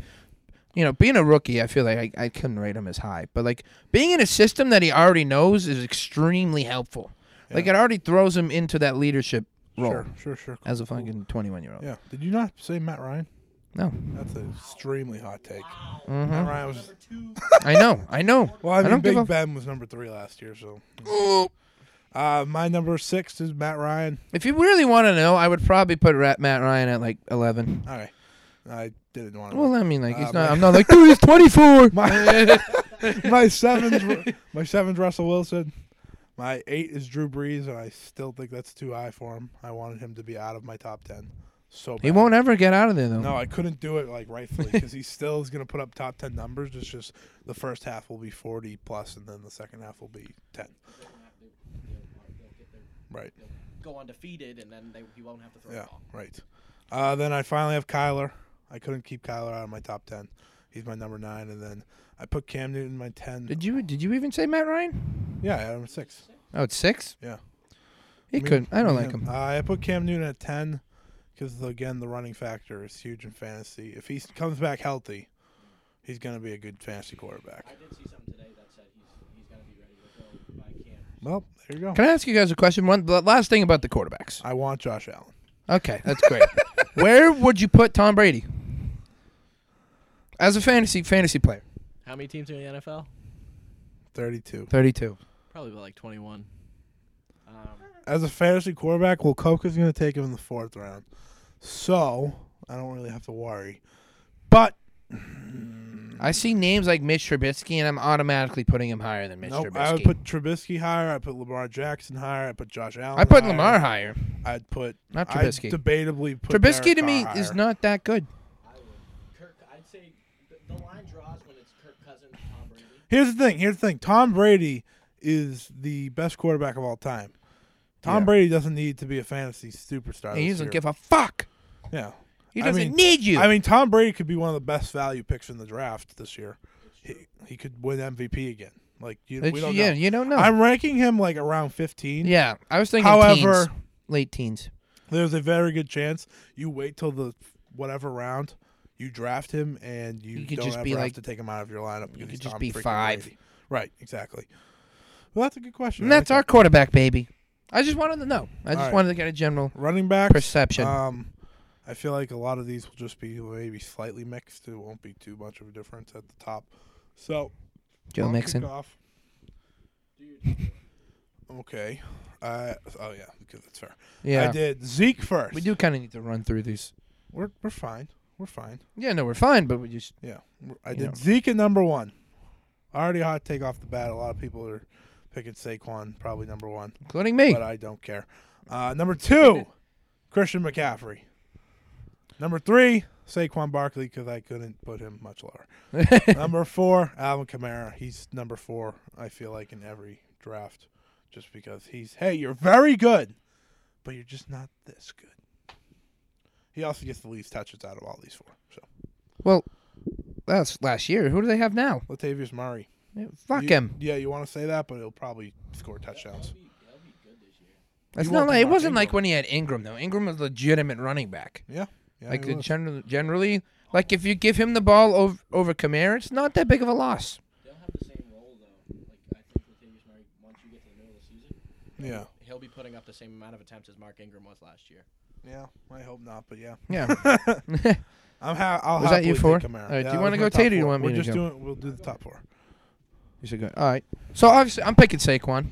E: you know, being a rookie, I feel like I, I couldn't rate him as high. But like being in a system that he already knows is extremely helpful. Like
F: Yeah.
E: it already throws him into that leadership
F: is.
E: role
F: Sure, sure, sure. cool,
E: as a
F: cool.
E: fucking twenty-one year old.
F: Yeah. Did you not say Matt Ryan?
E: No,
F: That's an extremely hot take. Matt Ryan was.
E: I know, Mm-hmm. I know.
F: (laughs) Well, I mean,
E: don't give
F: Big
E: a-
F: Ben was number three last year, so. Uh, my number six is Matt Ryan.
E: If you really want to know, I would probably put Ra- Matt Ryan at like eleven.
F: All right, I didn't want to.
E: Well, I mean, like
F: Uh,
E: he's
F: my-
E: not. I'm not like dude. He's twenty four.
F: (laughs) My (laughs) my seven's Ru- my seven's Russell Wilson. My eight is Drew Brees, and I still think that's too high for him. I wanted him to be out of my top ten. So bad.
E: (laughs) He won't ever get out of there though. (laughs)
F: No, I couldn't do it like rightfully because he still is going to put up top ten numbers. It's just the first half will be forty plus, and then the second half will be ten. Right.
G: Go undefeated, and then they, he won't have to throw
F: Yeah. Right. Uh, then I finally have Kyler. I couldn't keep Kyler out of my top ten. He's my number nine, and then I put Cam Newton in my ten.
E: Did you did you even say Matt Ryan?
F: yeah, I had him at six.
E: Oh, it's six.
F: Yeah.
E: He
F: Me-
E: couldn't. I don't
F: me
E: like him.
F: Uh, I put Cam Newton at 10 because, again, the running factor is huge in fantasy. If he s- comes back healthy, he's going to be a good fantasy quarterback.
G: I did see something today that said he's, he's going to be ready to go by camp.
F: Well, there you go.
E: Can I ask you guys a question? One the last thing about the quarterbacks.
F: I want Josh Allen. (laughs)
E: Okay, that's great. Where would you put Tom Brady as a fantasy fantasy player?
G: How many teams are in the NFL?
F: 32.
E: Thirty two.
G: Probably about like 21. Um,
F: As a fantasy quarterback, well, Coca's going to take him in the fourth round. So, I don't really have to worry. But,
E: I see names like Mitch Trubisky, and I'm automatically putting him higher than Mitch
F: nope,
E: Trubisky.
F: I would put Trubisky higher. I put Lamar Jackson higher. I put Josh Allen
E: I put
F: higher.
E: Lamar higher.
F: I'd put.
E: Not
F: I'd
E: Trubisky.
F: debatably put.
E: Trubisky
F: Derek
E: to me
F: Carr
E: is
F: higher.
E: not that good.
G: Kirk, I'd say the, the line draws when it's Kirk Cousins, Tom Brady.
F: Here's the thing. Here's the thing. Tom Brady is the best quarterback of all time. Tom
E: Yeah.
F: Brady doesn't need to be a fantasy superstar.
E: He
F: this
E: doesn't
F: year.
E: give a fuck.
F: Yeah,
E: He
F: I
E: doesn't
F: mean-
E: need you.
F: I mean, Tom Brady could be one of the best value picks in the draft this year. He, he could win MVP again. Like you, we
E: It's-
F: don't
E: yeah,
F: know.
E: you don't know.
F: I'm ranking him like around 15.
E: yeah, I was thinking.
F: However-
E: teens, late teens.
F: There's a very good chance you wait till the whatever round you draft him, and you,
E: You could
F: don't
E: just
F: ever
E: be
F: have
E: like-
F: to take him out of your lineup. because
E: could
F: he's
E: just
F: Tom
E: be
F: freaking
E: five.
F: Brady. Right. Exactly. Well, that's a good question.
E: And
F: I
E: that's
F: like
E: our quarterback, baby. I just wanted to know. I just
F: Alright.
E: wanted to get a general.
F: running backs
E: Perception.
F: Um, I feel like a lot of these will just be maybe slightly mixed. It won't be too much of a difference at the top. So
E: Joe
F: I'll kick
E: Mixon.
F: off. okay. Uh, oh yeah, because that's fair.
E: Yeah,
F: I did Zeke first.
E: we do kind of need to run through these.
F: We're we're fine. We're fine.
E: Yeah, no, we're fine, but we just
F: Yeah. We're- I
E: You
F: did
E: know.
F: Zeke at number one. Already a hot take off the bat. A lot of people are picking Saquon probably number one,
E: including me. (laughs)
F: Uh, but I don't care. Uh, number two, Christian McCaffrey. Number three, Saquon Barkley, because I couldn't put him
E: (laughs)
F: much lower. number four, Alvin Kamara. He's number four, I feel like, in every draft, just because he's, hey, you're very good, but you're just not this good. He also gets the least touches out of all these four. So,
E: Well, that's last year. Who do they have now?
F: Latavius Murray.
E: Yeah, Fuck
F: You-
E: him.
F: Yeah, you want to say that, but he'll probably score touchdowns.
E: That's
F: you
E: not
F: want
E: like, it
F: Mark
E: wasn't like
F: Ingram.
E: when he had Ingram though. Ingram was a legitimate running back.
F: Yeah. yeah
E: like
F: he
E: the
F: was.
E: gen- generally, like if you give him the ball over over Kamara, it's not that big of a loss.
G: They'll have the same role though. Like I think Latavius Murray, once you get to the middle of the season,
F: yeah.
G: he'll be putting up the same amount of attempts as Mark Ingram was last year.
F: Yeah, I hope not, but yeah. (laughs)
E: Yeah.
F: I'm ha- I'll
E: Was that you
F: happily take
E: four?
F: Kamara.
E: All right, do
F: Yeah,
E: you
F: that
E: wanna
F: was
E: go
F: my top
E: Tate or you
F: four.
E: want me
F: We're
E: to
F: just
E: go?
F: doing we'll do the top four.
E: He's a good. All right. So obviously, I'm picking Saquon.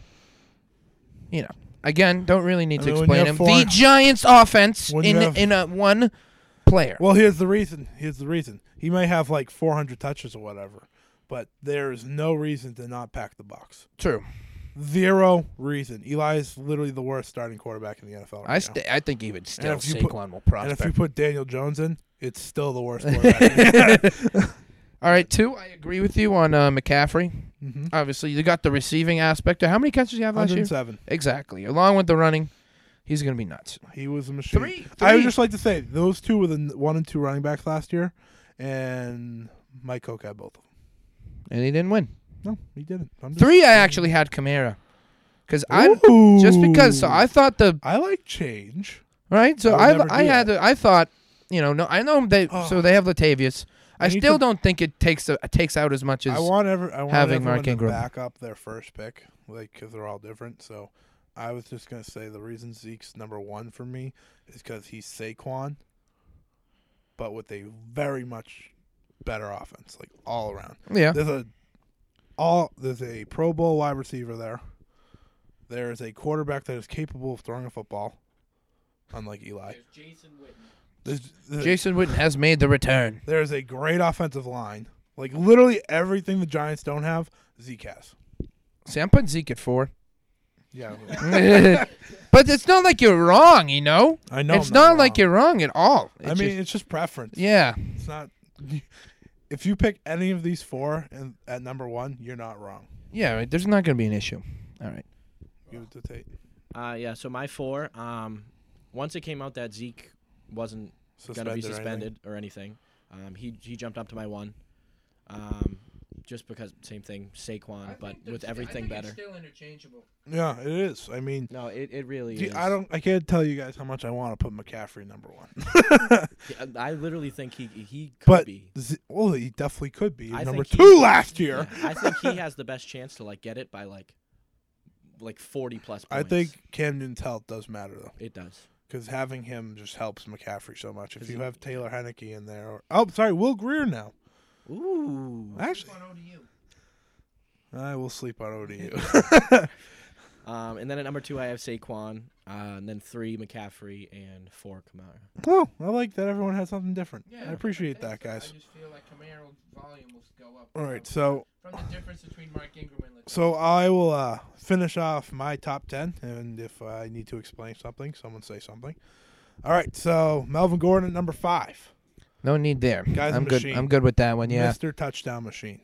E: You know, again, don't really need
F: I
E: to
F: mean, when
E: explain
F: you
E: him.
F: have four-
E: The Giants' offense
F: When you
E: in
F: have-
E: in a one player.
F: Well, here's the reason. Here's the reason. He may have like 400 touches or whatever, but there is no reason to not pack the box.
E: True.
F: Zero reason. Eli is literally the worst starting quarterback in the NFL. Right
E: I
F: now.
E: st- I think even still
F: if you put-
E: Saquon will
F: and
E: prospect.
F: if you put Daniel Jones in, it's still the
E: (laughs)
F: worst quarterback.
E: All right, two. I agree with you on uh, McCaffrey.
F: Mm-hmm.
E: Obviously, you got the receiving aspect. How many catches you have last year?
F: 107.
E: Exactly. Along with the running, he's gonna be nuts.
F: He was a machine.
E: Three-
F: I would
E: three.
F: just like to say those two were the n- one and two running backs last year, and Mike Coke had both of them.
E: And he didn't win.
F: No, he didn't. I'm just-
E: Three, I actually had Kamara, because I
F: Ooh.
E: just because so I thought the
F: I like change.
E: right. So
F: I would
E: I
F: never do
E: I, had
F: that.
E: the, I thought you know no I know they
F: Oh.
E: so they have Latavius. I
F: need
E: still
F: to-
E: don't think it takes the, takes out as much as
F: I want every I want
E: having
F: everyone
E: Mark
F: to
E: Ingram.
F: back up their first pick, like because they're all different. So I was just gonna say the reason Zeke's number one for me is because he's Saquon, but with a very much better offense, like all around.
E: yeah
F: There's a all there's a Pro Bowl wide receiver there. There is a quarterback that is capable of throwing a football, unlike Eli.
G: Jason Witten.
F: There's, there's,
E: Jason Witten has made the return.
F: there's a great offensive line. Like literally everything the Giants don't have, Zeke has.
E: See, I'm putting Zeke at
F: (laughs)
E: four. (laughs)
F: Yeah,
E: but it's not like you're wrong, you know.
F: I know.
E: it's
F: I'm
E: not, like
F: wrong.
E: you're wrong at all. It's
F: I mean,
E: just-
F: it's just preference.
E: yeah,
F: It's not. (laughs) If you pick any of these four and at number one, you're not wrong.
E: yeah. Right. There's not going to be an issue. All right.
F: Give it to Tate.
G: Uh, yeah. So my four. Um, once it came out that Zeke wasn't gonna be
F: Suspended or anything.
G: suspended or anything, um, he he jumped up to my one. Um, just because same thing, Saquon, but with everything better.
E: still interchangeable.
F: Yeah, it is. I mean,
G: No, it, it really
F: gee,
G: is.
F: I don't. I can't tell you guys how much I want to put McCaffrey number one.
G: (laughs)
F: (laughs)
G: Yeah, I literally think he he could
F: but (laughs)
G: be.
F: Z- well, he definitely could be
G: I
F: number
G: think
F: two
G: he-
F: last year.
G: Yeah, I think
F: (laughs)
G: he has the best chance to like get it by like like forty plus.
F: I
G: Points.
F: think Cam Newton's health does matter though,
G: it does.
F: because having him just helps McCaffrey so much. If you have Taylor Heineke in there, or, oh, sorry, Will Greer now.
G: Ooh.
F: Actually, I will sleep
E: (laughs)
F: on (laughs) ODU.
G: Um, and then at number two, I have Saquon, uh, and then three McCaffrey, and four Kamara.
F: Oh, I like that everyone has something different. I appreciate that, guys.
E: just feel like Camaro's volume will go up.
F: All right, so
E: From the difference between Mark Ingram and
F: so I will uh, finish off my top ten, and if I need to explain something, someone say something. All right, so Melvin Gordon at number five,
E: No need there.
F: Guy's a
E: I'm good.
F: machine.
E: I'm good with that one. Yeah.
F: Mister Touchdown Machine.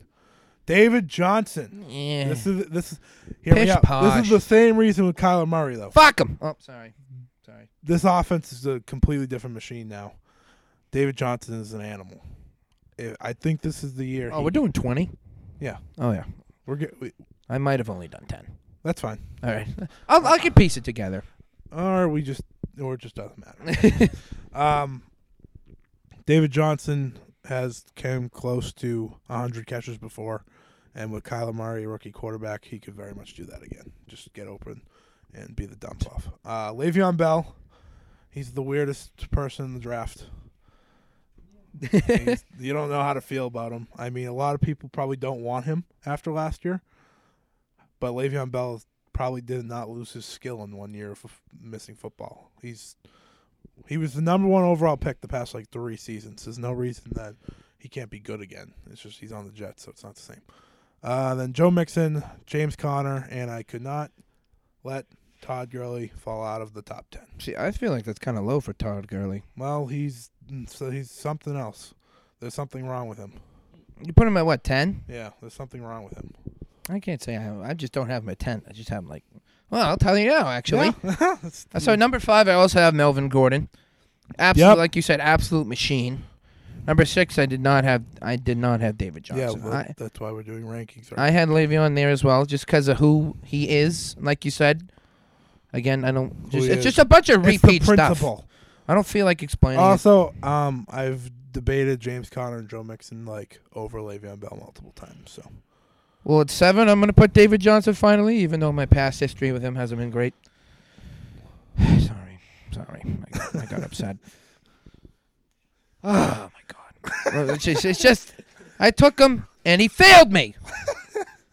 F: David Johnson.
E: Yeah.
F: This is this is hear me
E: Eh. Pish
F: out. This
E: posh.
F: is the same reason with Kyler Murray though.
E: Fuck him. Oh, sorry. Sorry.
F: this offense is a completely different machine now. David Johnson is an animal. I- I think this is the year.
E: Oh,
F: he-
E: we're doing 20.
F: yeah,
E: Oh yeah.
F: we're get, we,
E: I might have only done 10.
F: that's fine.
E: All right. I'll, I can piece it
F: (laughs)
E: together.
F: or we just or it just doesn't matter. um, David Johnson has came close to 100 catches before, and with Kyler Murray, a rookie quarterback, he could very much do that again. Just get open and be the dump off. Uh, Le'Veon Bell, he's the weirdest person in the draft. He's- you don't know how to feel about him. I mean, a lot of people probably don't want him after last year, but Le'Veon Bell probably did not lose his skill in one year of missing football. He's he was the number one overall pick the past like three seasons. There's no reason that he can't be good again. It's just he's on the Jets, so it's not the same. Uh, then Joe Mixon, James Conner, and I could not let Todd Gurley fall out of the top ten.
E: See, I feel like that's kind of low for Todd Gurley.
F: Well, he's mm, so he's something else. There's something wrong with him.
E: You put him at what ten?
F: Yeah, there's something wrong with him.
E: I can't say I have. I just don't have him at ten. I just have him like. Well, I'll tell you now. Actually,
F: Yeah. (laughs) That's-
E: so number five, I also have Melvin Gordon. Absolute,
F: Yep.
E: like you said, absolute machine. Number six, I did not have. I did not have David
F: yeah,
E: Johnson.
F: well,
E: I,
F: that's why we're doing rankings. Right?
E: I had Le'Veon there as well, just because of who he is. Like you said, again, I don't. Just,
F: he
E: it's
F: is.
E: just a bunch of
F: It's
E: repeat
F: the
E: stuff.
F: principle.
E: I don't feel like explaining. it.
F: Also, um, I've debated James Conner and Joe Mixon like over Le'Veon Bell multiple times. So
E: Well, at seven, I'm going to put David Johnson finally, even though my past history with him hasn't been great. (sighs) sorry, sorry, I got, I got
F: (laughs)
E: upset. (sighs) Oh my god! Well, it's, just, it's just, I took him and he failed
F: (laughs)
E: me.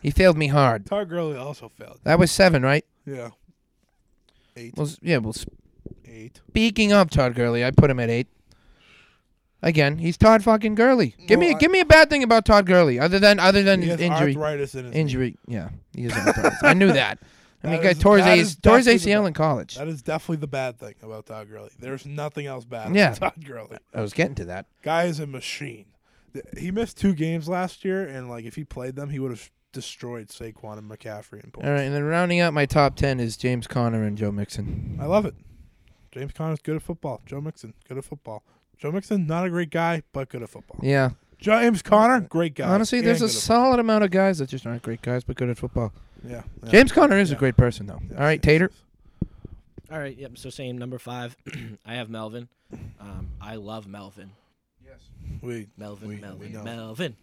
E: he failed me hard.
F: Todd Gurley also failed.
E: That was seven, right?
F: Yeah, eight,
E: Well, s- yeah. Well,
F: eight.
E: speaking of Todd Gurley, I put him at eight. Again, he's Todd fucking Gurley. Give me,
F: Well, I-
E: give me a bad thing about Todd Gurley, other than other than
F: He
E: his
F: has
E: injury.
F: arthritis in his knee.
E: Injury, yeah, he is arthritis. I knew
F: (laughs)
E: that. I mean,
F: That
E: guy
F: is-
E: tore his,
F: that
E: A-
F: is
E: tore his
F: definitely the
E: ACL
F: best.
E: in college.
F: That is definitely the bad thing about Todd Gurley. There's nothing else bad
E: Yeah.
F: about Todd Gurley.
E: (laughs) I was getting to that.
F: Guy is a machine. Th- He missed two games last year, and like if he played them, he would have destroyed Saquon and McCaffrey and points.
E: All right, and then rounding out my top ten is James Conner and Joe Mixon.
F: I love it. James Conner's good at football. Joe Mixon, good at football. Joe Mixon, not a great guy, but good at football.
E: Yeah,
F: James Conner, great guy.
E: honestly,
F: and
E: there's
F: good
E: a
F: at
E: solid amount of guys that just aren't great guys but good at football.
F: football. yeah, yeah.
E: James Conner is
F: Yeah.
E: a great person though.
F: Yes,
E: All right,
F: yes,
E: Tater.
F: yes.
G: All right. Yep. So same number five. (clears throat) I have Melvin. Um, I love Melvin.
F: We
G: Melvin.
F: We- we
G: Melvin.
F: know.
G: Melvin.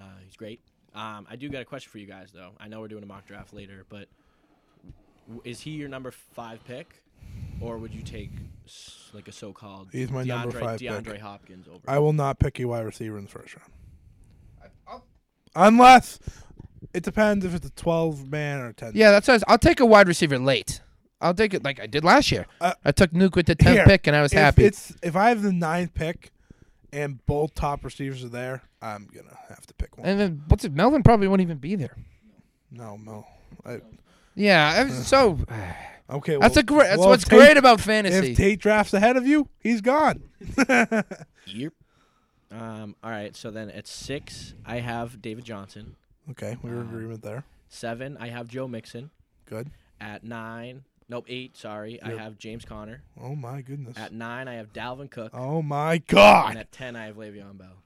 G: Uh, he's great. Um, I do got a question for you guys though. I know we're doing a mock draft later, but w- is he your number five pick, or would you take s- like a so-called
F: He's my
G: DeAndre,
F: number five pick.
G: DeAndre Hopkins over?
F: I will not pick a wide receiver in the first round. Unless it depends if it's a 12 man or 10.
E: Yeah, that's us. I'll take a wide receiver late. I'll take it like I did last year.
F: Uh,
E: I took Nuke with the tenth
F: Here,
E: pick and I was
F: if
E: happy.
F: It's if I have the ninth pick and both top receivers are there, I'm gonna have to pick one.
E: and then what's it? Melvin probably won't even be there.
F: no, no. I,
E: Yeah, I was
F: (sighs)
E: so
F: okay,
E: that's
F: well-
E: a great. That's
F: well, if
E: what's
F: Tate-
E: great about
F: If
E: fantasy.
F: Tate drafts ahead of you, he's gone.
G: Yep. Um, all right. So then at six, I have David Johnson.
F: okay, we were in agreement there.
G: Seven, I have Joe Mixon.
F: Good.
G: At nine, nope, eight. Sorry, I have James Conner.
F: Oh my goodness.
G: At nine, I have Dalvin Cook.
F: Oh my
G: And
F: God!
G: at 10, I have Le'Veon Bell.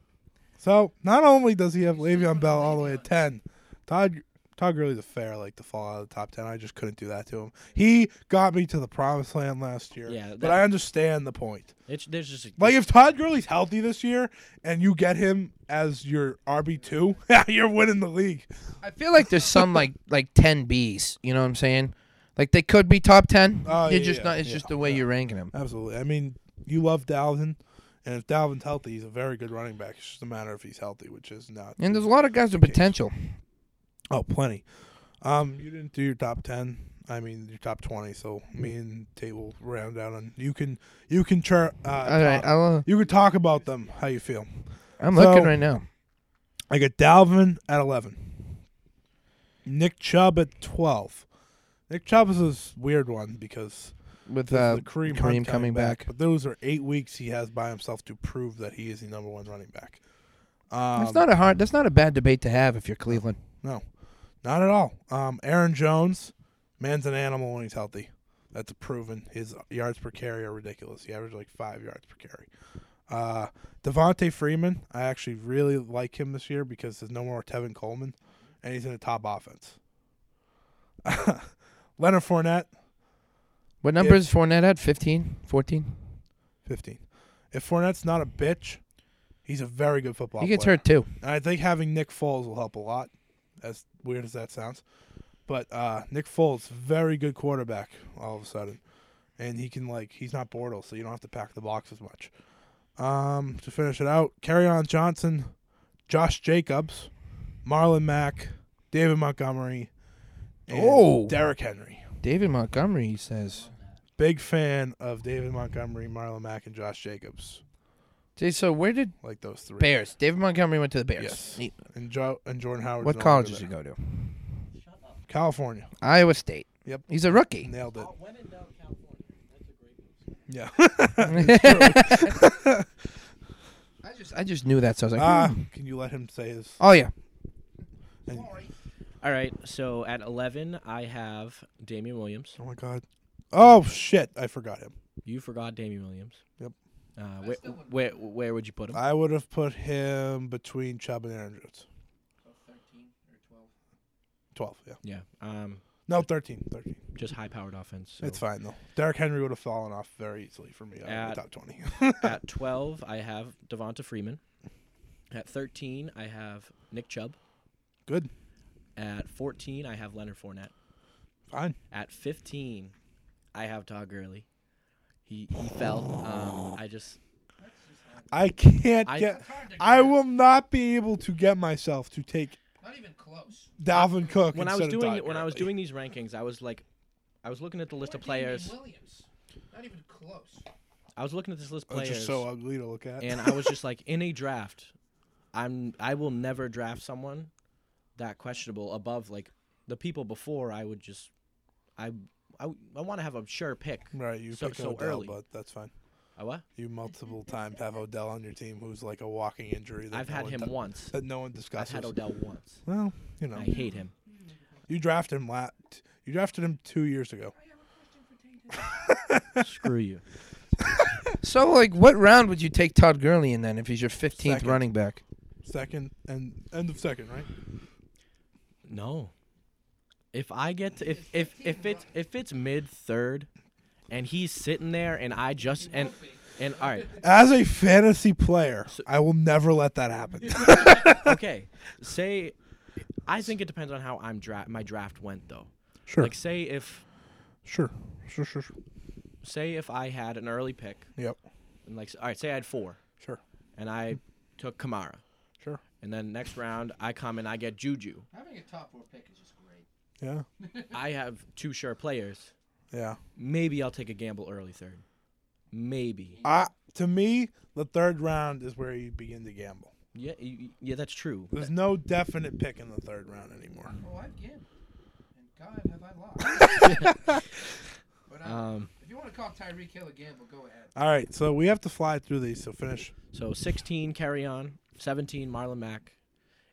F: So not only does he have Le'Veon Bell all the way at ten, Todd Todd Gurley's a fair like to fall out of the top ten. I just couldn't do that to him. He got me to the promised land last year.
G: Yeah,
F: but
G: that-
F: I understand the point.
G: It's, there's just a,
F: Like if Todd Gurley's healthy this year and you get him as your RB two, (laughs) you're winning the league.
E: I feel like there's some like (laughs) like ten Bs. You know what I'm saying? Like they could be top ten.
F: Oh,
E: You're
F: yeah,
E: just
F: yeah,
E: not. It's
F: yeah,
E: just the way you're ranking them.
F: Absolutely. I mean, you love Dalvin, and if Dalvin's healthy, he's a very good running back. It's just a matter if he's healthy, which is not.
E: And there's a lot of guys with
F: Okay.
E: potential.
F: Oh, plenty. Um, you didn't do your top ten. I mean, your top twenty. So
E: Mm.
F: me and Tate will round out on. You can you can chart. Uh,
E: All right,
F: talk-
E: I'll, uh,
F: you can talk about them. How you feel?
E: I'm
F: So-
E: looking right now.
F: I got Dalvin at eleven. Nick Chubb at twelve. Nick Chubb is this weird one because
E: With
F: this is
E: uh,
F: the Kareem,
E: Kareem
F: Hunt
E: coming, back,
F: But those are eight weeks he has by himself to prove that he is the number one running back. Um,
E: that's not a hard. That's not a bad debate to have if you're Cleveland.
F: No, not at all. Um, Aaron Jones, man's an animal when he's healthy. That's a proven. His yards per carry are ridiculous. He averaged like five yards per carry. Uh, Devontae Freeman, I actually really like him this year because there's no more Tevin Coleman, and he's in a top offense. (laughs) Leonard Fournette,
E: What number is Fournette at? 15, 14?
F: 15. If Fournette's not a bitch, he's a very good football
E: He gets
F: player.
E: hurt too.
F: And I think having Nick Foles will help a lot, as weird as that sounds. But uh, Nick Foles, very good quarterback all of a sudden. And he can, like, he's not Bortles, so you don't have to pack the box as much. Um, to finish it out, Carry on Johnson, Josh Jacobs, Marlon Mack, David Montgomery, and
E: Oh.
F: Derrick Henry.
E: David Montgomery he says.
F: Big fan of David Montgomery, Marlon Mack, and Josh Jacobs.
E: Gee, so where did
F: Like those three.
E: Bears? David Montgomery went to the Bears.
F: Yes.
E: He-
F: And, jo- and Jordan Howard.
E: what college does he go to?
F: California.
E: Iowa State.
F: Yep.
E: He's a (laughs) rookie.
F: Nailed it.
G: Oh, When in doubt, California. That's a great move. (laughs)
F: Yeah.
E: (laughs) I just I just knew that, so I was like,
F: ah,
E: hmm.
F: can you let him say his?
E: oh yeah,
F: and-
G: All right. So at 11, I have Damian Williams.
F: oh my god. Oh shit! I forgot him.
G: You forgot Damian Williams.
F: Yep.
G: Uh, where, where where would you put him?
F: I would have put him between Chubb and Andrews.
G: Oh,
F: Twelve. Yeah.
G: yeah. Um,
F: No, 13. 13.
G: just high powered offense. So
F: It's fine though. Derrick Henry would have fallen off very easily for me out of
G: At-
F: the top twenty. (laughs)
G: at 12, I have Devonta Freeman. At 13, I have Nick Chubb.
F: Good.
G: At 14, I have Leonard Fournette.
F: Fine.
G: At 15, I have Todd Gurley. He he fell. Um, I just
F: I can't
G: I-
F: get. I will not be able to get myself to take
E: not even close.
F: Dalvin Cook.
G: when I was
F: instead of
G: doing
F: Todd
G: when I was
F: Gurley.
G: doing these rankings, I was like, I was looking at the list of players.
E: Williams, not even close.
G: I was looking at this list of
F: Which
G: players,
F: is so ugly to look at.
G: and I was just like, in a draft, I'm I will never draft someone that questionable above like the people before. I would just I I, I want to have a sure pick.
F: (laughs) right, you
G: so,
F: pick
G: so
F: Odell,
G: early.
F: but that's fine.
G: I what?
F: You multiple times have Odell on your team, who's like a walking injury. That
G: I've
F: no
G: had
F: one
G: him
F: tou-
G: once.
F: that no one
G: I've
F: discusses.
G: had Odell once.
F: Well, you know,
G: I hate
F: (laughs)
G: him.
F: you drafted him la You drafted him two years ago.
G: Screw you.
E: So like, what round would you take Todd Gurley in then if he's your 15th
F: Second.
E: running back?
F: Second and end of second, right?
G: No. If I get to, if if if it's if it's mid third, and he's sitting there, and I just and and all
F: (laughs)
G: right,
F: As a fantasy player, I will never let that
G: (laughs)
F: happen.
G: okay. Say, I think it depends on how I'm draft. My draft went though.
F: sure,
G: Like say if
F: sure, sure, sure, sure.
G: say if I had an early pick,
F: Yep,
G: and like s- all right, say I had four,
F: sure,
G: and I took Kamara,
F: sure.
G: and then next round I come and I get Juju.
E: Having a top four pick is just great.
F: Yeah,
G: I have two sure players.
F: yeah.
G: Maybe I'll take a gamble early third. Maybe.
F: I to me, the third round is where you begin to gamble.
G: Yeah, y- y- yeah, that's true.
F: There's no definite pick in the third round anymore.
E: Oh, I've gambled, and God, have I lost. but
G: Um,
E: if you want to call Tyreek Hill a gamble, go (laughs) ahead.
F: All right, so we have to fly through these. So finish.
G: So 16, carry on. 17, Marlon Mack.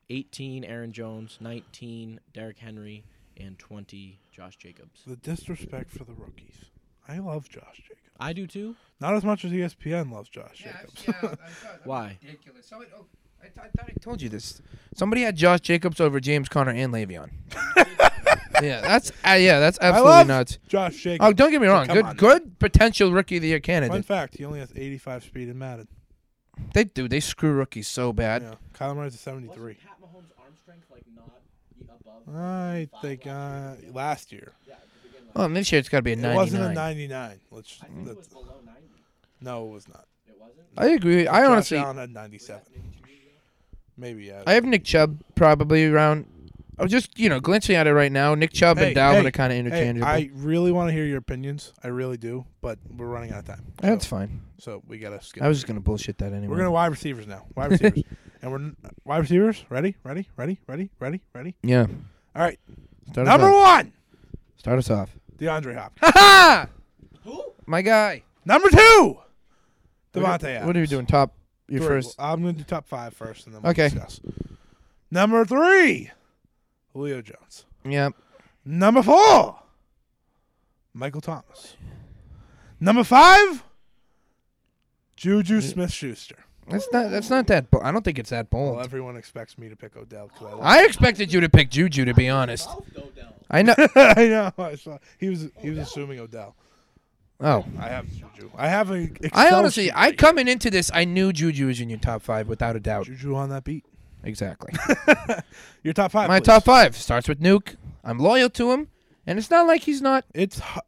G: 18, Aaron Jones. 19, Derrick Henry. And 20, Josh Jacobs.
F: The disrespect for the rookies. I love Josh Jacobs.
G: I do too.
F: Not as much as E ESPN loves Josh
E: Yeah, I've-
F: Jacobs.
E: yeah, I- I thought that was
G: Why?
E: Ridiculous. Somebody, oh, I, th- I thought I told you this. Somebody had Josh Jacobs over James Conner and
F: (laughs)
E: Le'Veon. yeah, that's uh, yeah, that's
F: (laughs) I
E: absolutely
F: love
E: nuts.
F: Josh Jacobs.
E: Oh, don't get me wrong.
F: come
E: Good,
F: on.
E: good potential rookie of the year
F: Fun
E: candidate.
F: fact: He only has 85 speed in Madden.
E: They do. They screw rookies so bad.
F: Yeah, Kyler Murray's a 73.
G: Pat Mahomes' arm strength like not above?
F: I think uh, last year
E: Well, and this year it's got to be a
F: it wasn't a
E: ninety-nine.
F: 99. Let's. that's-
G: below 90.
F: no, it was not.
G: It wasn't.
E: I agree. I
F: Josh
E: honestly,
F: Allen had 97. Maybe yeah.
E: I have Nick Chubb probably around. I'm just you know glancing at it right now. Nick Chubb
F: Hey,
E: and Dalvin
F: hey,
E: are kind of
F: Hey,
E: interchangeable.
F: I really want to hear your opinions. I really do, but we're running out of time.
E: that's
F: so,
E: fine.
F: so we gotta skip.
E: I was just gonna bullshit that anyway.
F: We're gonna wide receivers now.
E: (laughs)
F: Wide receivers, and we're n- wide receivers. Ready, ready, ready, ready, ready, ready.
E: yeah.
F: All right,
E: Start
F: number
E: us off.
F: one,
E: Start us off.
F: DeAndre
E: (laughs)
F: Hopkins.
E: Ha! My guy.
F: number two, Devontae. Adams.
E: What are you doing? Top your
F: Three.
E: first.
F: I'm gonna do top five first, and then we'll
E: Okay.
F: discuss. Number three, Julio Jones.
E: Yep.
F: Number four, Michael Thomas. Number five, Juju Smith-Schuster.
E: That's not. That's not that. Bo- I don't think it's that
F: Well,
E: bold.
F: everyone expects me to pick Odell because I, love
E: I expected you to pick Juju. To be honest. I know.
F: (laughs) I know. I saw he was he was assuming Odell. (laughs)
E: Oh.
F: I have Juju. I have a. Excel
E: I honestly,
F: sheet
E: I
F: right
E: coming into this, I knew Juju was in your top five without a doubt.
F: here. Juju on that beat. (laughs)
E: Exactly.
F: Your top five.
E: My
F: please.
E: top five starts with Nuke. I'm loyal to him, and it's not like he's not.
F: It's hu-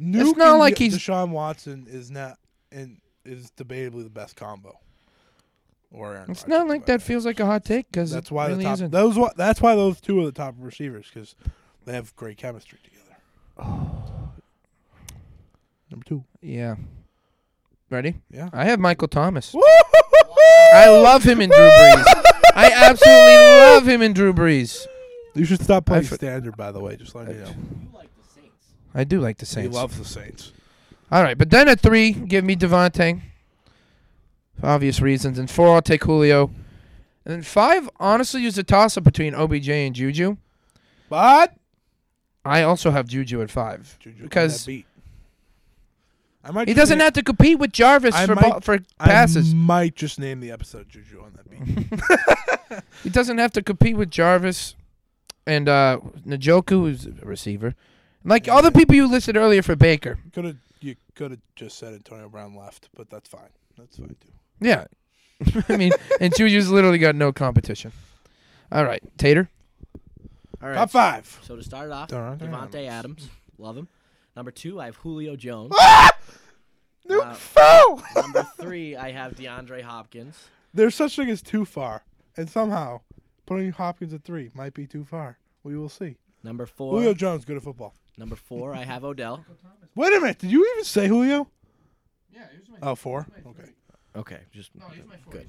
F: Nuke
E: not
F: and
E: like
F: De-
E: he's-
F: Deshaun Watson is not and is debatably the best combo. Or Aaron
E: It's
F: Rodgers,
E: not like
F: but
E: that feels like a hot take because
F: That's why
E: really
F: the top.
E: isn't.
F: Those why, that's why those two are the top receivers because they have great chemistry
E: (sighs)
F: together. Number two.
E: yeah. Ready?
F: Yeah. (laughs)
E: I have Michael Thomas. I love him in Drew
F: (laughs)
E: Brees. I absolutely love him in Drew Brees.
F: You should stop playing
E: I've-
F: standard, by the way. Just letting you know.
G: like the Saints.
E: I do like the
F: He
E: Saints.
F: loves the Saints.
E: All right, but then at three, give me Devontae. For obvious reasons. And four, I'll take Julio. And then five, honestly, is a toss up between OBJ and Juju.
F: But
E: I also have Juju at five
F: Juju can
E: because
F: that beat. I might
E: he
F: just
E: doesn't
F: name-
E: have to compete with Jarvis
F: I
E: for
F: might-
E: ball, for passes.
F: I might just name the episode Juju on that beat.
E: He doesn't have to compete with Jarvis and uh, Najoku, who's a receiver. Like all the people you listed earlier for Baker.
F: could have you could have just said Antonio Brown left, but that's fine. That's fine too.
E: Yeah. (laughs) I mean, and Juju's literally got no competition. All right, Tater.
G: All right.
F: Top five.
G: So to start it off,
F: Dun, dun,
G: Devontae Adams. Love him. Number two, I have Julio Jones.
F: Ah! Nuke
G: Uh,
F: fell.
G: Number three, I have DeAndre Hopkins.
F: (laughs) There's such thing as too far, and somehow putting Hopkins at three might be too far. We will see.
G: Number four,
F: Julio Jones good at football.
G: number four, I have Odell.
F: Wait a minute. Did you even say Julio? Yeah. Oh, four. Okay.
G: Okay, just good.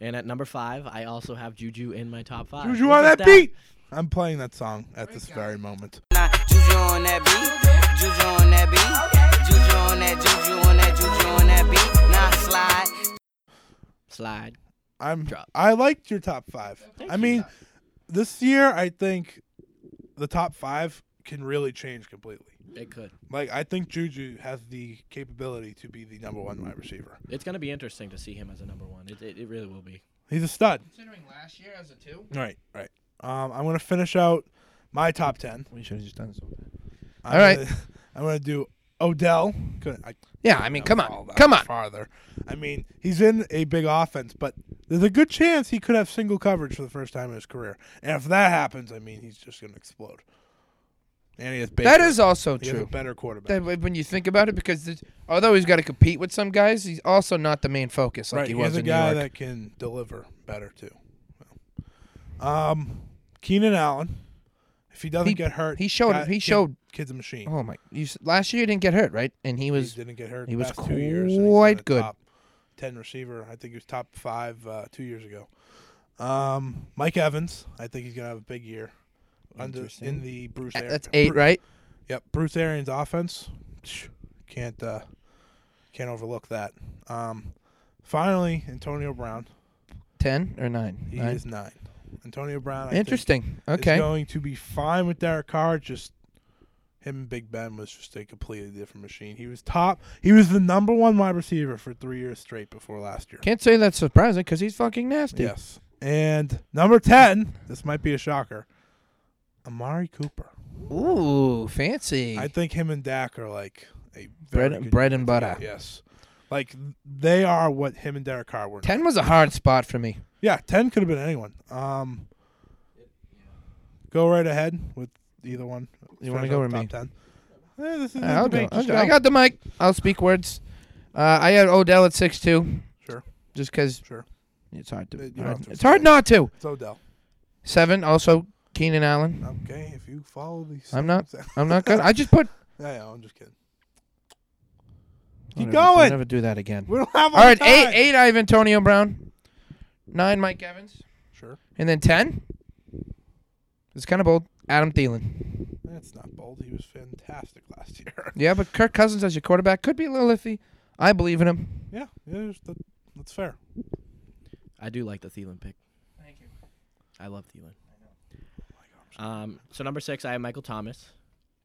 G: And at number five, I also have Juju in my top five.
F: Juju
G: Look
F: on
G: at
F: that beat. I'm playing that song at this very moment.
H: Nah, Juju on that beat, Juju on that beat, Juju on that, Juju on that, Juju on that beat. Nah, slide.
G: Slide.
F: I'm.
G: Drop.
F: I liked your top five. I mean, this year I think the top five can really change completely.
G: It could.
F: Like I think Juju has the capability to be the number one wide receiver.
G: It's going to be interesting to see him as a number one. It, it, it really will be.
F: He's a stud.
E: Considering last year as a two.
F: Right, right. Um, I'm gonna finish out my top ten.
E: We should have just done something.
F: I'm
E: All right.
F: gonna- (laughs) I'm gonna do Odell. Couldn't, I
E: Yeah, I mean, come
F: all
E: on,
F: that
E: come on.
F: farther. I mean, he's in a big offense, but there's a good chance he could have single coverage for the first time in his career. And if that happens, I mean, he's just gonna explode. And he has Baker.
E: That is also
F: he has a
E: true.
F: better quarterback.
E: That way, when you think about it, because this- although he's got to compete with some guys, he's also not the main focus like
F: right,
E: he
F: he has
E: was
F: a
E: in
F: guy
E: New York.
F: that can deliver better too. Um, Keenan Allen, if he doesn't
E: He-
F: get hurt,
E: he showed-
F: guy-
E: he
F: kid-
E: showed-
F: kid's a machine.
E: oh my! You, s- last year he didn't get hurt, right? And he
F: he
E: was
F: didn't get hurt.
E: he
F: the
E: was
F: past two years, and he's been
E: quite
F: a
E: good.
F: Top Ten receiver, I think he was top five uh, two years ago. Um, Mike Evans, I think he's gonna have a big year. Under in the Bruce. Arians.
E: that's eight, right?
F: Yep, Bruce Arians' offense psh, can't uh, can't overlook that. Um, finally, Antonio Brown.
E: Ten or nine?
F: He
E: Nine.
F: is nine. Antonio Brown. I think,
E: Interesting.
F: is
E: Okay.
F: going to be fine with Derek Carr. Just him and Big Ben was just a completely different machine. He was top. He was the number one wide receiver for three years straight before last year.
E: Can't say that's surprising because he's fucking nasty.
F: Yes. And number ten. This might be a shocker. Amari Cooper.
E: Ooh, fancy.
F: I think him and Dak are like a very
E: bread
F: good
E: bread and butter.
F: Yes. Like they are what him and Derek Carr were.
E: Ten was a hard spot for me.
F: Yeah, ten could have been anyone. Um, go right ahead with either one.
E: You wanna
F: Finish
E: go
F: up
E: with
F: top 10. Eh, this is
E: I'll go,
F: a debate.
E: I'll
F: Just
E: go. I
F: go.
E: got the mic. I'll speak words. Uh, I had Odell at six two,
F: Sure,
E: just because
F: sure.
E: it's hard to.
F: You don't
E: hard-
F: have to
E: it's hard
F: say.
E: not to.
F: It's Odell.
E: Seven also Keenan Allen.
F: Okay, if you follow these.
E: I'm not-
F: things-
E: I'm not good. I just put.
F: (laughs) yeah, yeah, I'm just kidding. Keep
E: I'll never-
F: going.
E: I'll never do that again.
F: We don't have
E: All right,
F: time.
E: eight, eight. I have Antonio Brown. Nine, Mike Evans,
F: Sure,
E: and then ten. It's kind of bold. Adam Thielen.
F: that's not bold. He was fantastic last year. (laughs)
E: Yeah, but Kirk Cousins as your quarterback could be a little iffy. I believe in him.
F: yeah, yeah, there's- that, that's fair.
G: I do like the Thielen pick. Thank
E: you.
G: I love Thielen. Um, so number six, I have Michael Thomas.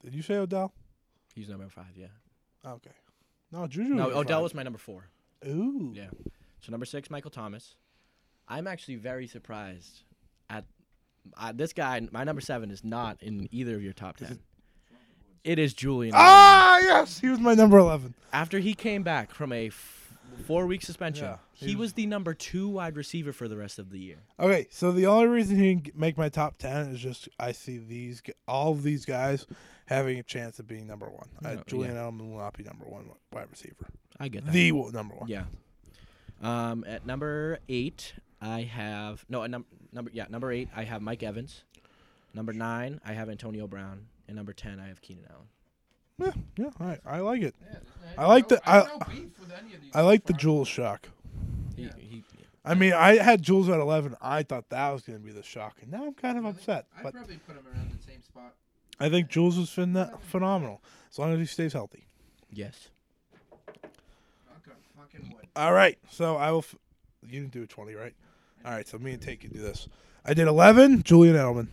F: Did you say Odell?
G: He's number five, yeah.
F: Okay. No, Juju.
G: No,
F: was
G: Odell was
F: fine.
G: my number four.
F: Ooh.
G: Yeah. So number six, Michael Thomas. I'm actually very surprised at uh, this guy. My number seven is not in either of your top ten. it is Julian. Edelman.
F: Ah, yes, he was my number eleven.
G: After he came back from a f- four-week suspension,
F: Yeah, he
G: he, was, the number two wide receiver for the rest of the year.
F: Okay, so the only reason he didn't make my top ten is just I see these g- all of these guys having a chance of being number one. Uh,
G: Oh,
F: Julian Edelman will not be number one wi- wide receiver.
G: I get that.
F: The wo- number one.
G: yeah. Um, at number eight, I have no at num- number. Yeah, number eight, I have Mike Evans. Number nine, I have Antonio Brown, and number ten, I have Keenan Allen.
F: yeah, yeah. All right, I like it. I like the I, I like the Jules shock.
G: He, he,
F: I mean, I had Jules at eleven. I thought that was gonna be the shock, and now I'm kind of upset. But
E: put him around the same spot.
F: I think Jules is phen- phenomenal as long as he stays healthy.
G: Yes.
F: All right. So I will. F- you didn't do a 20, right? All right. So me and Tate can do this. I did 11, Julian Edelman.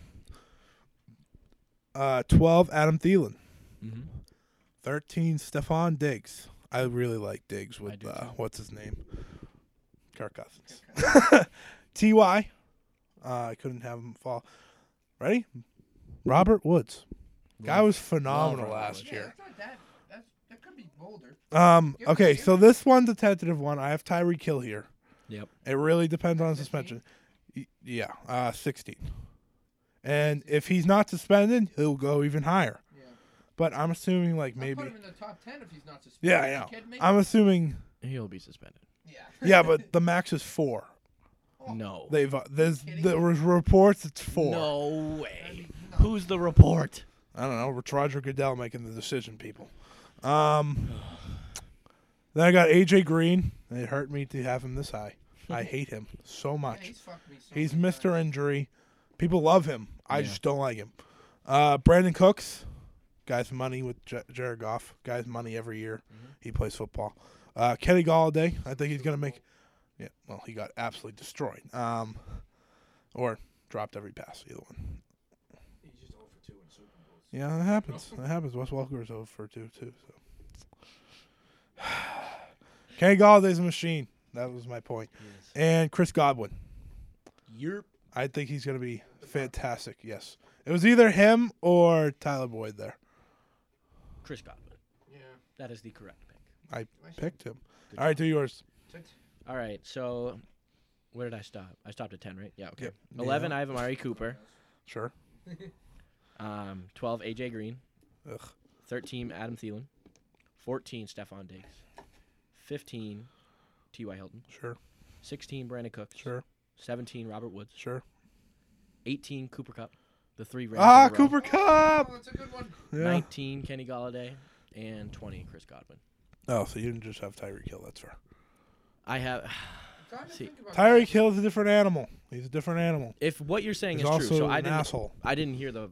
F: Uh, 12, Adam Thielen.
G: Mm-hmm.
F: 13, Stefan Diggs. I really like Diggs with,
G: do
F: uh,
G: too.
F: what's his name? Kirk Cousins. (laughs) TY. Uh, I couldn't have him fall. Ready? Robert Woods. Guy was phenomenal
G: Robert
F: last
G: Woods.
F: year.
E: not that. That's, that could be bolder.
F: Um, okay, so this one's a tentative one. I have Tyree Kill here.
G: Yep.
F: It really depends on suspension. Y- Yeah, uh, 16. And if he's not suspended, he'll go even higher.
E: Yeah.
F: But I'm assuming like maybe.
E: in the top ten if he's not suspended.
F: Yeah, yeah.
E: (laughs)
F: I'm assuming.
G: He'll be suspended.
E: yeah.
F: Yeah, but the max is four.
G: No.
F: They've uh, there's there was reports it's four.
G: No way. Who's the report?
F: I don't know. It's Roger Goodell making the decision, people. Um, then I got AJ Green. It hurt me to have him this high.
E: (laughs)
F: I hate him so much.
E: fucked me so
F: He's Mr. Injury. People love him. I just don't like him. Uh, Brandon Cooks, guys money with J- Jared Goff. Guys money every year. He plays football. Uh, Kenny Galladay. I think he's gonna make. Yeah. Well, he got absolutely destroyed. Um, or dropped every pass. Either one. Yeah, that happens. That happens. Wes Welker is over for two too. So. (sighs) Kenny Galladay's a machine. That was my point. And Chris Godwin.
G: You're
F: I think he's going to be fantastic. Yes. It was either him or Tyler Boyd there.
G: Chris Godwin.
E: Yeah.
G: That is the correct pick.
F: I picked him. All right, do yours.
G: All right, so where did I stop? I stopped at 10, right? Yeah, okay.
F: Yep.
G: 11, I have Amari Cooper.
F: Sure.
G: Um, 12, A.J. Green.
F: Ugh.
G: 13, Adam Thielen. 14, Stephon Diggs. 15, T.Y. Hilton.
F: Sure.
G: 16, Brandon Cooks.
F: Sure.
G: 17, Robert Woods.
F: Sure.
G: 18, Cooper Cup. The three Rams in
F: Ah,
G: a row.
F: Cooper Cup.
E: that's a good one.
F: Yeah.
G: 19, Kenny Galladay. And 20, Chris Godwin.
F: Oh, so you didn't just have Tyreek Hill. That's fair.
G: I have. (sighs)
E: Time to
G: See,
E: think about
F: Tyreek Hill is a different animal. He's a different animal.
G: If what you're saying
F: He's
G: is
F: also
G: true, so I
F: an
G: didn't.
F: asshole.
G: I didn't hear the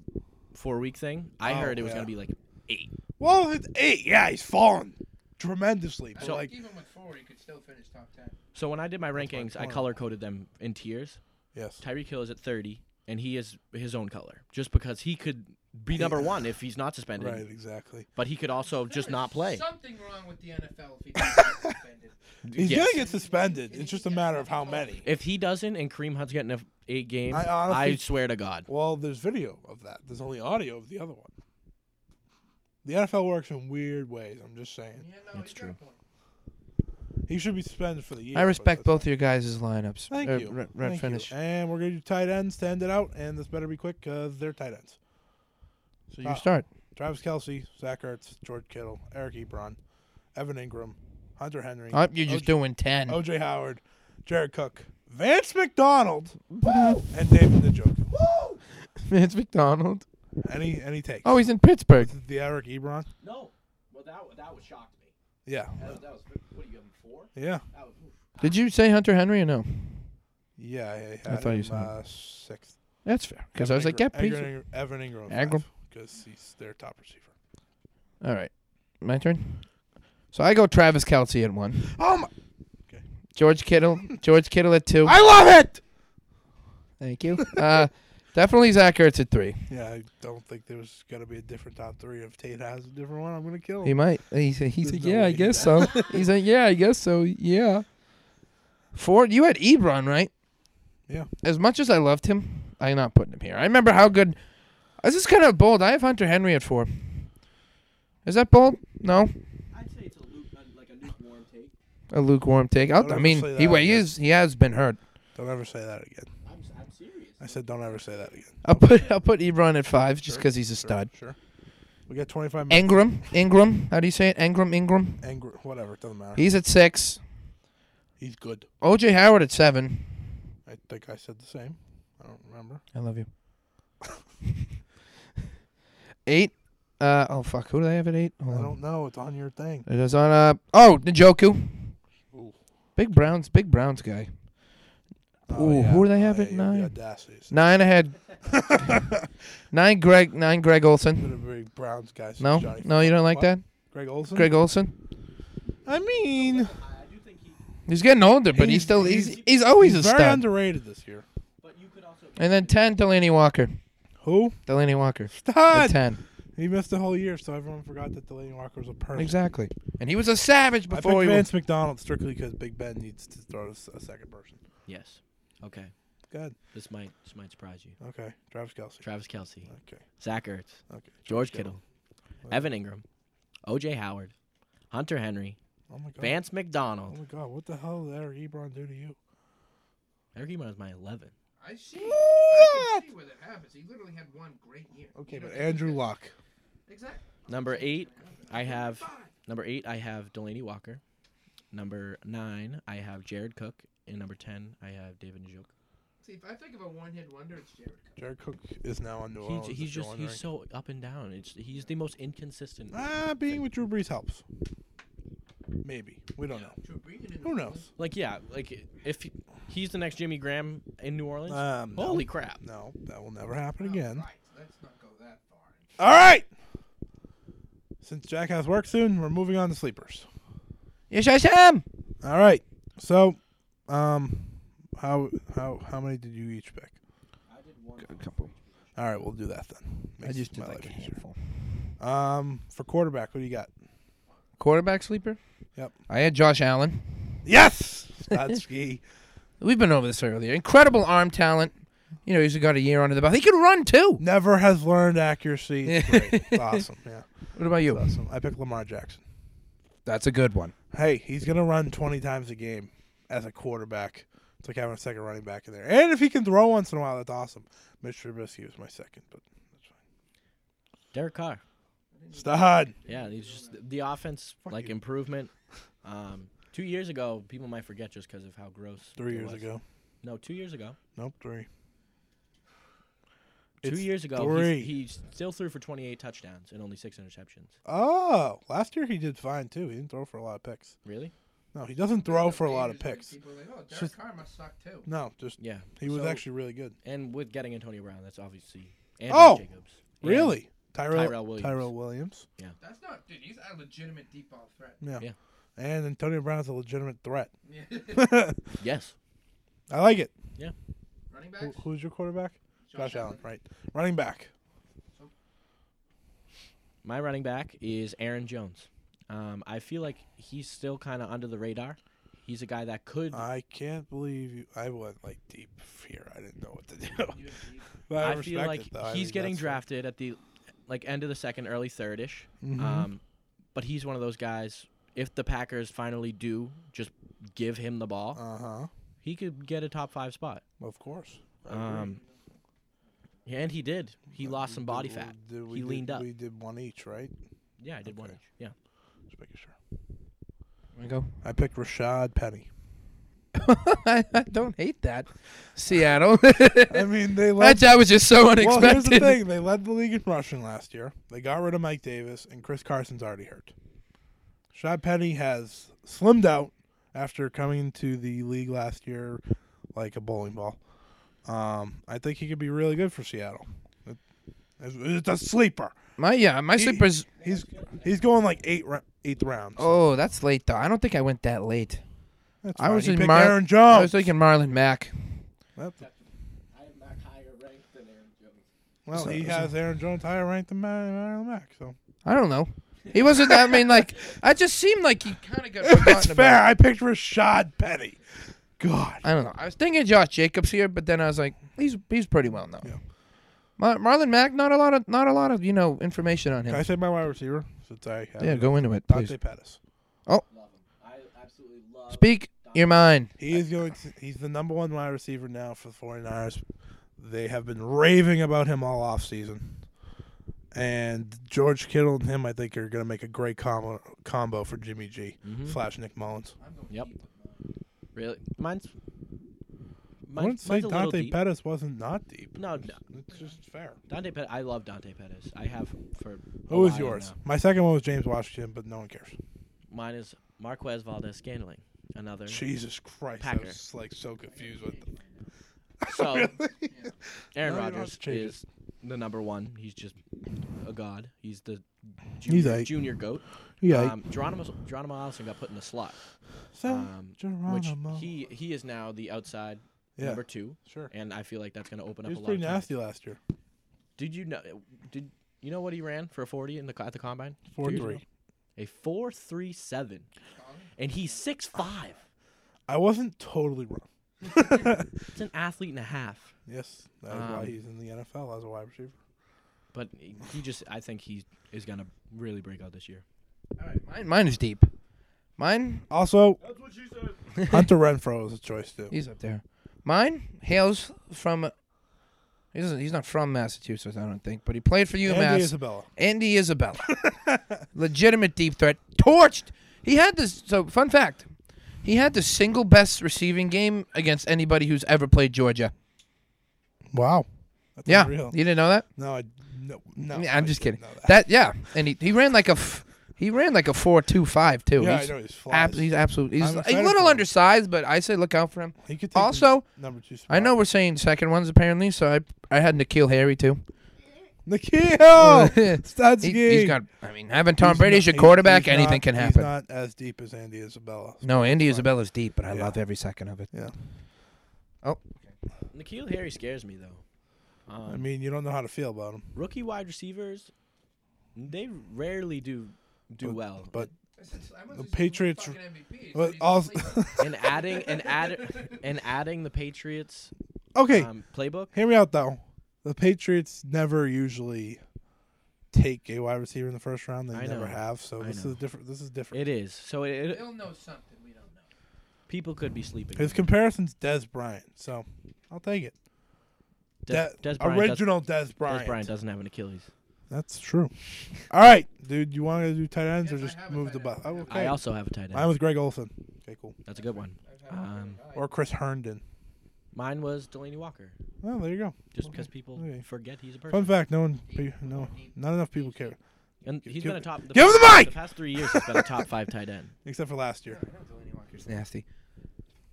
G: four week thing. I
F: Oh,
G: heard it was
F: yeah.
G: gonna be like eight.
F: Well, it's eight. Yeah, he's fallen tremendously. But
G: So-
F: like,
E: even with four, he could still finish top ten.
G: So when I did my rankings, I
F: point.
G: color coded them in tiers.
F: yes.
G: Tyreek Hill is at 30, and he is his own color, just because he could be number one if he's not suspended,
F: Right, exactly.
G: but he could also just not play.
E: Something wrong with the NFL (laughs) if he gets suspended.
F: He's
G: Yes.
F: going to get suspended. It's just a matter of how many.
G: If he doesn't, and Kareem Hunt's getting a eight games,
F: I
G: I,
F: honestly-
G: swear to God,
F: Well, there's video of that. There's only audio of the other one. The NFL works in weird ways. I'm just saying.
E: Yeah, no,
G: That's
E: he's got a
G: true.
E: point.
F: He should be suspended for the year.
E: I
F: but
E: respect
F: that's-
E: both of your guys' lineups.
F: Thank
E: Uh,
F: you.
E: Red, red
F: Thank you.
E: finish.
F: And we're going to do tight ends to end it out, and this better be quick because they're tight ends.
E: So
F: Ah.
E: you start.
F: Travis Kelsey, Zach Ertz, George Kittle, Eric Ebron, Evan Ingram, Hunter Henry,
E: Oh, you're just
F: OJ
E: doing ten.
F: OJ Howard, Jared Cook, Vance McDonald, (laughs) and David Njoku.
E: Vince McDonald.
F: Any any takes?
E: Oh, he's in Pittsburgh.
F: the Eric Ebron.
G: no. Well, that that was shocked me.
F: Yeah,
G: That, was what do you have four?
F: yeah,
G: That was,
E: Did you say Hunter Henry or no?
F: yeah. I, had
E: thought you
F: him,
E: said-
F: uh, sixth.
E: That's fair. Because I was like, yeah,
F: Evan
E: Peter.
F: Ingram- Evan Ingram.
E: Ingram.
F: Because he's their top receiver.
E: All right. My turn. So I go Travis Kelsey at one.
F: Oh my!
E: George
F: (laughs)
E: Kittle. George Kittle at two.
F: I love it.
E: Thank you. Uh, definitely Zach Ertz at three.
F: Yeah, I don't think there was gonna be a different top three. If Tate has a different one, I'm gonna kill
E: He
F: him.
E: might. He's he's
F: There's
E: like,
F: no
E: yeah,
F: way
E: I
F: he
E: guess so. he's like, yeah, I guess so. Yeah. Ford, you had Ebron, right?
F: Yeah.
E: As much as I loved him, I'm not putting him here. I remember how good. This is kind of bold. I have Hunter Henry at four. Is that bold? No,
G: I'd say it's a loop, like a lukewarm take.
E: a lukewarm take. I'll,
F: Don't
E: I
F: ever
E: mean,
F: say
E: he
F: that
E: well, he
F: again.
E: is he has been hurt.
F: Don't ever say that again.
G: I'm, I'm serious.
F: I said don't ever say that again.
E: I'll put I'll put Ebron at five just
F: Sure,
E: because he's a
F: Sure,
E: stud.
F: Sure. We got 25 minutes.
E: Ingram, Ingram. How do you say it? Ingram, Ingram.
F: Angry, whatever. It doesn't matter.
E: He's at six.
F: He's good.
E: OJ Howard at seven.
F: I think I said the same. I don't remember.
E: I love you. (laughs) eight. Uh oh fuck. Who do they have at eight? Hold
F: I
E: on.
F: don't know. It's on your thing.
E: It is on uh oh Njoku.
F: Ooh.
E: Big Browns. Big Browns guy.
F: Oh,
E: Ooh,
F: yeah.
E: who do they have
F: Oh,
E: at
F: yeah,
E: nine?
F: The audacity.
E: Nine I had
F: (laughs)
E: nine Greg nine Greg Olson.
F: Little big Browns guys.
E: No,
F: Johnny
E: no, you don't like
F: What?
E: that,
F: Greg Olson.
E: Greg Olson.
F: I mean,
E: He's getting older, but he's,
F: He's-
E: still
F: he's-
E: he's Oh, he's, always
F: he's
E: a
F: very
E: stud.
F: underrated this year.
E: and then ten Delaney Walker,
F: Who?
E: Delaney Walker, at
F: Todd.
E: ten
F: He missed the whole year, so everyone forgot that Delaney Walker was a person.
E: exactly. And he was a savage
F: I
E: before
F: picked
E: he was.
F: Vance McDonald strictly because Big Ben needs to throw us a second person.
G: Yes. Okay.
F: Good.
G: This might this might surprise you.
F: Okay. Travis Kelsey.
G: Travis Kelsey,
F: okay.
G: Zach Ertz,
F: Okay.
G: George Kittle, Evan Ingram, O.J. Howard, Hunter Henry,
F: Oh my god.
G: Vance
F: Oh
G: McDonald.
F: my god. What the hell did Eric Ebron do to you?
G: Eric Ebron is my 11.
E: I see. I can see where that happens. He literally had one great year.
F: Okay, but Andrew Luck.
E: Exactly.
G: Number eight, I have number eight. I have Delaney Walker. Number nine, I have Jared Cook, and number ten, I have David Njoku.
E: See, if I think of a one-hit wonder, it's Jared.
F: Jared Cook is now on New Orleans.
G: He's,
F: if
G: he's
F: you're
G: just
F: wondering.
G: he's so up and down. It's he's the most inconsistent.
F: Ah, being with Drew Brees helps. Maybe we don't know. Who knows?
G: Like yeah, like if he- he's the next Jimmy Graham in New Orleans,
F: Um, no.
G: holy crap!
F: No, that will never happen again.
E: Let's not go that far.
F: All right. Since Jack has work soon, we're moving on to sleepers.
E: Yes, I am.
F: All right. So, um, how how how many did you each pick?
E: A couple.
F: All right, we'll do that then.
E: I
F: Makes
E: just did
F: my
E: like a
F: life
E: handful.
F: easier. Um, for quarterback, what do you got?
E: Quarterback sleeper.
F: Yep.
E: I had Josh Allen.
F: Yes,
E: (laughs)
F: Statsky.
E: We've been over this earlier. Incredible arm talent. You know, he's got a year under the belt. He can run
F: (laughs)
E: too.
F: Never has learned accuracy. It's
E: Yeah.
F: great. It's awesome. Yeah,
E: What about you?
F: awesome. I picked Lamar Jackson.
E: That's a good one.
F: hey, he's gonna run twenty times a game as a quarterback. It's like having a second running back in there, and if he can throw once in a while, that's awesome. Mitch Trubisky was my second, but
G: Mm-hmm. Derek Carr,
F: stud.
G: yeah, he's just the offense
F: (laughs)
G: like improvement. Um, two years ago, people might forget just because of how gross.
F: Three
G: it
F: years
G: was.
F: ago,
G: No, two years ago.
F: nope, three.
G: Two
F: It's
G: years ago,
F: three.
G: He's, he still threw for 28 touchdowns and only six interceptions.
F: Oh, last year he did fine too. He didn't throw for a lot of picks.
G: Really?
F: No, he doesn't throw for a lot of picks. Just-
E: oh, Carr must suck too.
F: No, just
G: Yeah.
F: he was
G: So-
F: actually really good.
G: And with getting Antonio Brown, that's obviously. And
F: Oh!
G: Jacobs. And-
F: Really, Tyrell,
G: Tyrell Williams.
F: Tyrell Williams.
E: That's not, dude. He's a legitimate deep ball
F: (laughs)
E: threat. (laughs)
F: Yeah.
G: Yeah.
F: And Antonio Brown's a legitimate threat. (laughs)
G: Yes.
F: I like it.
E: Running
F: Who, who's your quarterback? Josh, Allen, right? Running back.
G: My running back is Aaron Jones. Um, I feel like he's still kind of under the radar. He's a guy that could.
F: I can't believe you. I went like deep fear. I didn't know what to (laughs) do. But
G: I,
F: respect
G: feel
F: it,
G: like
F: though. I
G: he's
F: mean,
G: getting
F: that's fair.
G: drafted at the like end of the second, early third ish.
F: Mm-hmm.
G: Um, but he's one of those guys. If the Packers finally do just give him the ball,
F: Uh huh.
G: he could get a top five spot.
F: Of course.
G: Um, yeah, and he did. He lost some body fat.
F: Uh, Did
G: he
F: did-
G: leaned up.
F: We did one each, right?
G: yeah, I did one.
F: okay.
G: each. Yeah.
F: Just making sure.
E: Go.
F: I picked Rashad Penny.
E: (laughs) I don't hate that. Seattle. (laughs)
F: I mean, they led.
E: That I was just so (laughs)
F: well,
E: unexpected.
F: here's the thing: they led the league in rushing last year. They got rid of Mike Davis, and Chris Carson's already hurt. Rashad Penny has slimmed out after coming to the league last year like a bowling ball. Um, I think he could be really good for Seattle. It- It's a sleeper.
E: My yeah, my
F: He-
E: sleepers.
F: He's he's going like eight ra- eighth round.
E: Oh, that's late though. I don't think I went that late.
F: That's
E: I
F: fine.
E: was
F: He
E: in
F: picked
E: Mar-
F: Aaron
E: I
F: Jones.
E: was thinking Marlon Mack.
F: That's-
G: I am not higher ranked than Aaron Jones.
F: well,
E: So-
F: he
E: so-
F: has Aaron Jones higher ranked than Mar- Marlon Mack.
E: (laughs)
F: So
E: I don't know. He wasn't. I mean, like, I just seemed like he kind of
F: (laughs)
E: got forgotten
F: it's
E: about.
F: fair. I picked Rashad Penny. God,
E: I don't know. I was thinking Josh Jacobs here, but then I was like, he's he's pretty well known.
F: Yeah.
E: Mar- Marlon Mack, not a lot of not a lot of you know information on
F: can I
E: him.
F: say my wide receiver? Since I have
E: Yeah, go into it, please.
F: Dante Pettis.
G: I absolutely love.
E: Speak your mind.
F: He is going. To, he's the number one wide receiver now for the 49ers. They have been raving about him all offseason. And George Kittle and him, I think, are going to make a great combo combo for Jimmy G slash Nick Mullins.
G: Yep. Really? Mine's.
F: I wouldn't
G: Mine's,
F: say
G: mine's a little
F: Dante
G: deep.
F: Pettis wasn't not deep.
G: No, no.
F: It's just fair.
G: Dante Pettis. I love Dante Pettis. I have for. a
F: Who was
G: while
F: yours?
G: now.
F: My second one was James Washington, but no one cares.
G: Mine is Marquez Valdez Scandling. Another.
F: Jesus Christ, I
G: Packer.
F: was like so confused with. (laughs)
G: So Aaron
F: No, you don't have
G: Rodgers
F: to change it.
G: is the number one. He's just a god. He's the
F: He's
G: junior,
F: aight.
G: junior goat.
F: Yeah.
G: Um, Geronimo, Geronimo Allison got put in the slot, um, which
F: Geronimo.
G: he he is now the outside
F: Yeah.
G: number two.
F: Sure.
G: And I feel like that's going to open
F: He
G: up
F: was
G: a lot.
F: pretty
G: Of targets.
F: nasty last year.
G: Did you know? Did you know what he ran for a forty in the co- at the combine? two
F: Four
G: years
F: three.
G: ago? A four three seven, and he's six five.
F: I wasn't totally wrong.
G: It's an athlete and a half.
F: Yes, that is why
G: Um,
F: he's in the NFL as a wide receiver.
G: But he he just, I think he is going to really break out this year.
E: All right, mine, mine is deep. Mine,
F: Also, (laughs) Hunter Renfro is a choice too.
E: he's up there. Mine hails from. He doesn't, he's not from Massachusetts, I don't think, but he played for UMass.
F: Andy Isabella.
E: Andy
F: (laughs)
E: Isabella. Legitimate deep threat. Torched. He had this. So, fun fact he had the single best receiving game against anybody who's ever played Georgia.
F: Wow. That's
E: Yeah.
F: unreal.
E: You didn't know that?
F: No, I no no.
E: Yeah, I'm
F: I
E: just
F: didn't
E: kidding.
F: know
E: That. yeah, and he, he ran like a f- he ran like a four two five too.
F: Yeah, I
E: he's
F: know, he's flies.
E: ab- he's absolutely he's
F: I'm
E: a
F: excited for
E: little
F: him.
E: undersized, but I say look out for him.
F: He could take the
E: Also,
F: number two. Spot.
E: I know we're saying second ones apparently, so I I had Nikhil Harry too.
F: Nikhil Studsky.
E: (laughs) he, has got. I mean, having Tom
F: He's
E: Brady
F: not-
E: as your
F: he-
E: quarterback,
F: he's
E: anything
F: not-
E: can
F: he's
E: happen.
F: not as deep as Andy Isabella.
E: no, Andy Isabella's deep, but I
F: Yeah.
E: love every second of it.
F: Yeah.
G: Nikhil Harry scares me, though. Um,
F: I mean, you don't know how to feel about him.
G: rookie wide receivers, they rarely do do well.
F: But the Patriots. But also,
G: (laughs) and adding and add and adding the Patriots
F: (laughs) okay,
G: um, playbook,
F: hear me out though. The Patriots never usually take a wide receiver in the first round. They
G: I
F: never
G: know.
F: have. So
G: I
F: this
G: know.
F: is different. This is different.
G: it is. So it, it-
E: They'll know something we don't know.
G: people could be sleeping.
F: His comparison's Des Bryant, so I'll take it.
G: Des,
F: De-
G: Des Bryant does-
F: original Des Bryant.
G: Des Bryant doesn't have an Achilles.
F: That's true. All right, dude, you want to do tight ends or
E: Yes, I
F: just
E: have a
F: move
E: tight
F: the bus?
E: end.
F: Oh,
G: I
F: okay.
G: also have a tight
F: Mine
G: end.
F: was Greg Olson. Okay, cool.
G: That's a good one. Um,
F: Or Chris Herndon.
G: mine was Delaney Walker,
F: Oh, there you go.
G: just because people
F: Okay.
G: forget he's a person.
F: Fun fact: no one, pe- no, not enough people care,
G: And he's
F: Give-
G: been a top. The
F: give him
G: past,
F: the mic!
G: The past three years, he's been a top five tight end.
F: except for last year.
E: It's nasty.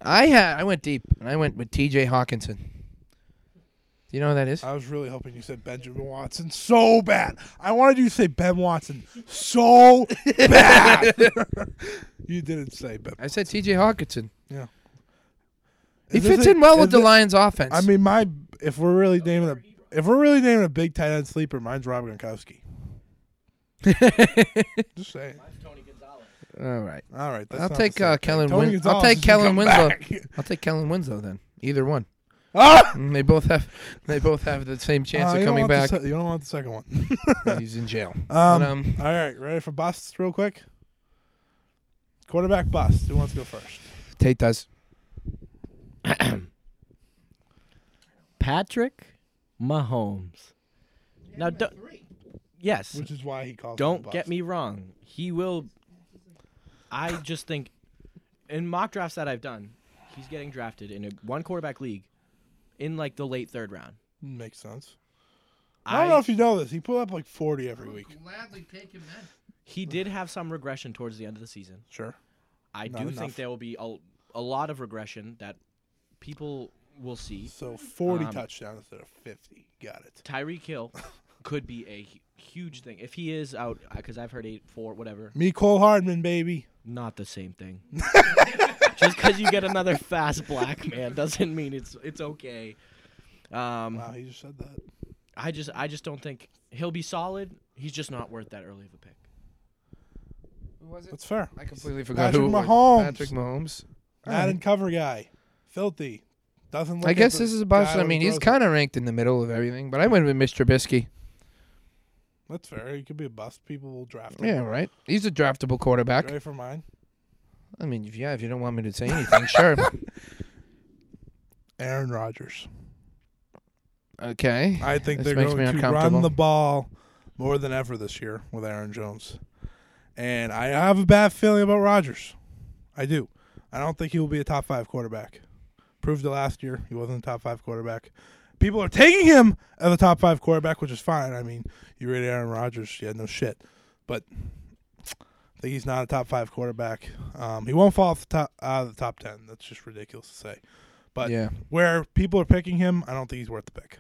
E: I had I went deep and I went with T.J. Hawkinson. Do you know who that is?
F: I was really hoping you said Benjamin Watson so bad. I wanted you to say Ben Watson so bad. (laughs) you didn't say Ben.
E: I said T.J. Hawkinson. He
F: Is this
E: fits
F: a-
E: in well
F: is
E: with the
F: it-
E: Lions offense.
F: I mean, my if we're really naming a if we're really naming a big tight end sleeper, mine's
E: (laughs)
F: Rob Gronkowski. Just saying.
E: all right.
F: All right, that's
E: I'll
F: not
E: take
F: the same
E: uh,
F: thing.
E: Kellen.
F: Tony
E: Win- I'll
F: Gonzalez
E: take
F: is gonna
E: Kellen
F: come
E: Winslow.
F: back. (laughs)
E: I'll take Kellen Winslow then. Either one. (laughs)
F: Ah!
E: Mm, They both have. They both have the same
F: Uh,
E: chance
F: you
E: of
F: don't
E: coming
F: want the
E: back.
F: se- you don't want the second one.
E: He's in jail.
F: Um,
E: But, um,
F: all right, ready for busts real quick? Quarterback bust. Who wants to go first?
E: Tate does.
G: Patrick Mahomes. Now, don't. Yes.
F: Which is why he calls. him a
G: Don't
F: bust.
G: get me wrong. He will. I just think, in mock drafts that I've done, he's getting drafted in a one quarterback league, in like the late third round.
F: Makes sense. I don't know if you know this. He pulled up like forty every week.
E: Gladly take him then.
G: he did have some regression towards the end of the season.
F: Sure.
G: I
F: Not
G: do
F: enough.
G: think there will be a, a lot of regression that people will see.
F: So forty
G: Um,
F: touchdowns instead of fifty. Got it.
G: Tyreek Hill could be a hu- huge thing if he is out because I've heard eight four whatever.
F: Me, Cole Hardman, baby.
G: Not the same thing. (laughs) Just because you get another fast black man doesn't mean it's it's okay. Um,
F: Wow, he just said that.
G: I just I just don't think he'll be solid. He's just not worth that early of a pick.
E: Who was it?
F: That's fair.
E: I completely forgot who. it was.
F: Patrick Mahomes.
E: Patrick Mahomes.
F: Not in cover guy. Filthy. Doesn't look
E: I
F: at
E: guess
F: the
E: this is a
F: guy
E: bust. I
F: when he
E: mean, he's
F: throws it.
E: kind of ranked in the middle of everything, but I went with Mr. Trubisky.
F: That's fair. He could be a bust. People will draft him.
E: Yeah, right. He's a draftable quarterback.
F: Ready for mine?
E: I mean, if, yeah, if you don't want me to say anything,
F: (laughs)
E: sure.
F: Aaron Rodgers.
E: Okay.
F: I think
E: This
F: they're
E: makes me
F: going to
E: uncomfortable.
F: run the ball more than ever this year with Aaron Jones. And I have a bad feeling about Rodgers. I do. I don't think he will be a top five quarterback. Proved it last year. He wasn't a top five quarterback. People are taking him as a top five quarterback, which is fine. I mean, you read Aaron Rodgers, you had no shit. But I think he's not a top five quarterback. Um, he won't fall off the top, out of the top ten. That's just ridiculous to say. But
E: Yeah.
F: where people are picking him, I don't think he's worth the pick.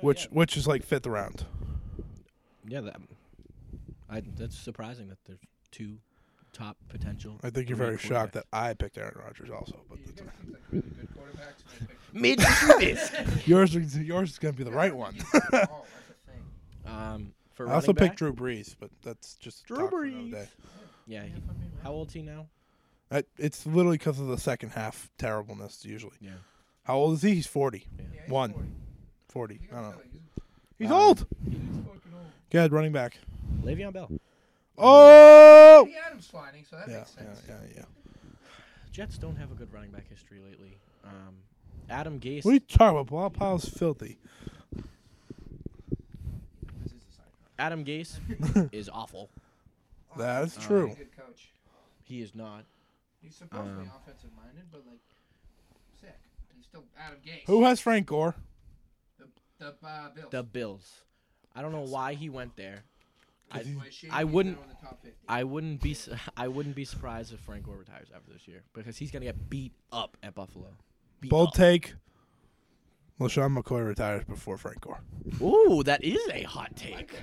F: Which which is like fifth round.
G: Yeah, that, I, that's surprising that there's two top potential.
F: I think you're
G: three
F: very shocked
G: quarterbacks.
F: that I picked Aaron Rodgers also. But that's
G: (laughs) mid
F: yours is- yours is gonna be the right one.
G: um for
F: I also
G: running
F: picked
G: back,
F: Drew Brees, but that's just Drew Brees.
G: Yeah, he- how old is he now?
F: I, it's literally because of the second half terribleness usually.
G: Yeah.
F: How old is he? He's 40.
G: Yeah,
F: One. 40. I don't know. He's old. Good running back.
G: Le'Veon Bell.
F: Oh!
E: Adams sliding, so that
F: Yeah,
E: makes
F: yeah,
E: sense.
F: yeah, yeah.
G: Jets don't have a good running back history lately. Um, Adam Gase.
F: What are you talking about? Ball pile's filthy. (laughs)
G: Adam Gase is awful.
F: That is true.
E: Good coach.
G: He is not.
E: He's supposedly
G: Um,
E: offensive minded, but like sick. He's still out of game.
F: Who has Frank Gore?
E: The, the uh, Bills.
G: The Bills. I don't know why he went there. I,
E: Why Shady's
G: I wouldn't-
E: now in the top 50.
G: I wouldn't be su- (laughs) I wouldn't be surprised if Frank Gore retires after this year because he's gonna get beat up at Buffalo. Beat
F: Bold
G: up.
F: take. LaShawn McCoy retires before Frank Gore.
G: Ooh, that is a hot take.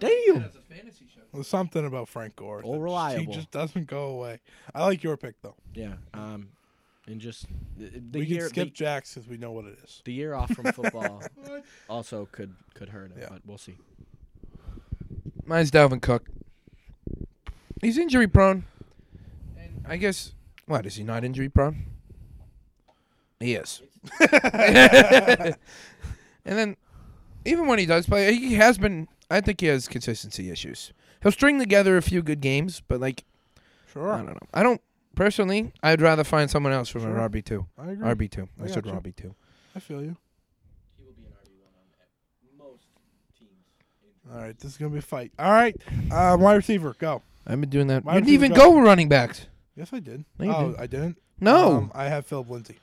G: Damn.
E: That's a fantasy show.
F: There's something about Frank
E: Oh,
F: Gore.
G: All
F: that just-
G: reliable.
F: He just doesn't go away. I like your pick, though.
G: Yeah. Um, and just the, the
F: we
G: year
F: can skip
G: the-
F: Jacks because we know what it is.
G: the year off
E: (laughs)
G: from football also could could hurt him,
F: Yeah.
G: but we'll see.
E: Mine's Dalvin Cook. He's injury prone. And I guess what is he not injury prone? He is. (laughs) and then even when he does play, he has been I think he has consistency issues. He'll string together a few good games, but like
F: Sure.
E: I don't know. I don't personally I'd rather find someone else for my
F: Sure.
E: RB two.
F: I agree.
E: RB two. I
F: I
E: said
F: got you.
E: RB two.
F: I feel you.
G: He will be an RB one on most teams.
F: All right, this is gonna be a fight. All right, uh, wide receiver, go.
E: I've been doing that.
F: Why
E: you didn't
F: don't you
E: even
F: go-
E: go running backs.
F: Yes, I did.
E: No, you
F: oh,
E: didn't.
F: I didn't.
E: No.
F: Um, I have Philip Lindsay.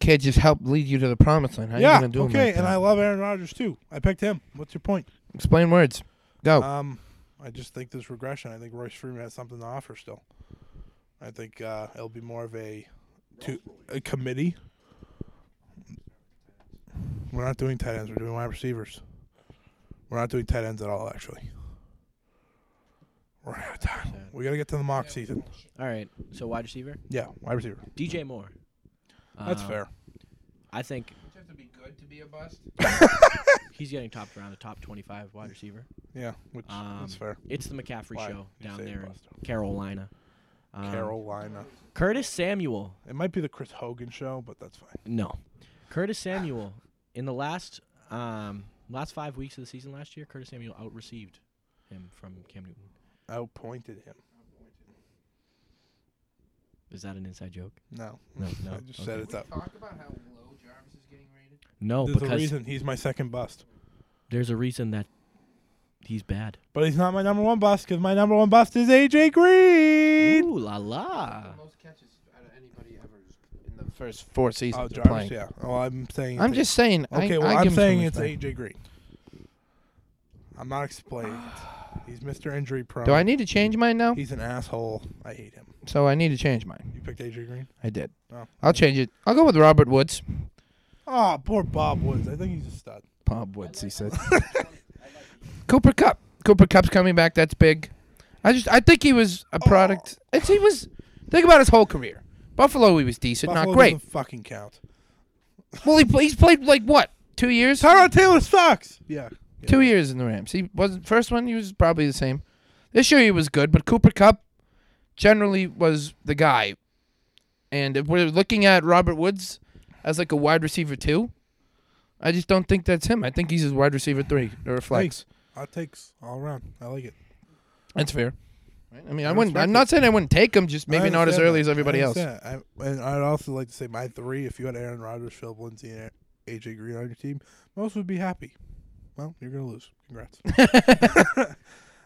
E: Kid uh, just helped lead you to the promised land. How you
F: yeah.
E: gonna do him
F: okay,
E: like
F: and
E: that?
F: I love Aaron Rodgers too. I picked him. What's your point?
E: Explain words. Go.
F: Um, I just think this regression. I think Royce Freeman has something to offer still. I think uh, it'll be more of a to a committee. We're not doing tight ends. We're doing wide receivers. We're not doing tight ends at all. Actually, we're out of time. We gotta get to the mock season.
G: All right. So wide receiver,
F: Yeah, wide receiver.
G: DJ Moore.
F: That's
G: Um,
F: fair.
G: I think
E: have to be good to be a bust.
G: he's getting topped around the top 25 wide receiver.
F: Yeah, which
G: Um,
F: is fair.
G: It's the McCaffrey
F: Why
G: show
F: you
G: down
F: say
G: there in
F: bust?
G: Carolina. Um,
F: Carolina.
G: Curtis Samuel.
F: It might be the Chris Hogan show, but that's fine.
G: No. Curtis Samuel in the last um, last five weeks of the season last year, Curtis Samuel outreceived him from Cam Newton.
F: Outpointed him.
G: Is that an inside joke?
F: No,
G: No,
F: (laughs)
G: no,
F: I just said
G: okay.
F: it's up.
E: Talk about how low Jarvis is getting rated.
G: No,
F: There's a
G: because
F: reason he's my second bust,
G: there's a reason that he's bad.
F: but he's not my number one bust because my number one bust is AJ Green.
G: Ooh la la.
E: the most catches out of anybody ever in the first four seasons
F: Oh,
E: of
F: Jarvis.
E: playing.
F: Yeah. Oh, I'm saying.
E: I'm
F: it's
E: just saying.
F: A- okay.
E: I,
F: well,
E: I
F: am
E: give him some
F: saying it's
E: respect.
F: AJ Green. I'm not
E: (sighs)
F: explaining. it. He's Mr. Injury Prone.
E: Do I need to change mine now?
F: He's an asshole. I hate him.
E: So I need to change mine.
F: You picked AJ Green.
E: I did.
F: Oh.
E: I'll change it. I'll go with Robert Woods.
F: Oh, poor Bob Woods. I think he's a stud.
E: Bob Woods, he
F: (laughs)
E: said. Cooper Cup. Cooper Cup's coming back. That's big. I just I think he was
F: Oh.
E: a product. It's, he was. Think about his whole career. Buffalo, he was decent,
F: Buffalo
E: not great.
F: Doesn't fucking count.
E: Well, he, pl- he's played like what two years?
F: Tyrod Taylor sucks. Yeah. yeah.
E: Two years in the Rams. He wasn't first one. He was probably the same. This year he was good, but Cooper Cup generally was the guy. And if we're looking at Robert Woods as like a wide receiver two, I just don't think that's him. I think he's his wide receiver three or a flex.
F: Hot takes all around. I like it.
E: That's fair. Right? I mean, I wouldn't.
F: respect
E: I'm
F: it.
E: not saying I wouldn't take him. Just maybe
F: I
E: not as
F: understand
E: early
F: that.
E: as everybody
F: I
E: else.
F: understand. I, and I'd also like to say my three. If you had Aaron Rodgers, Philip Lindsay, and AJ Green on your team, most would be happy. Well, you're gonna lose.
E: (laughs)
F: Congrats. (laughs) all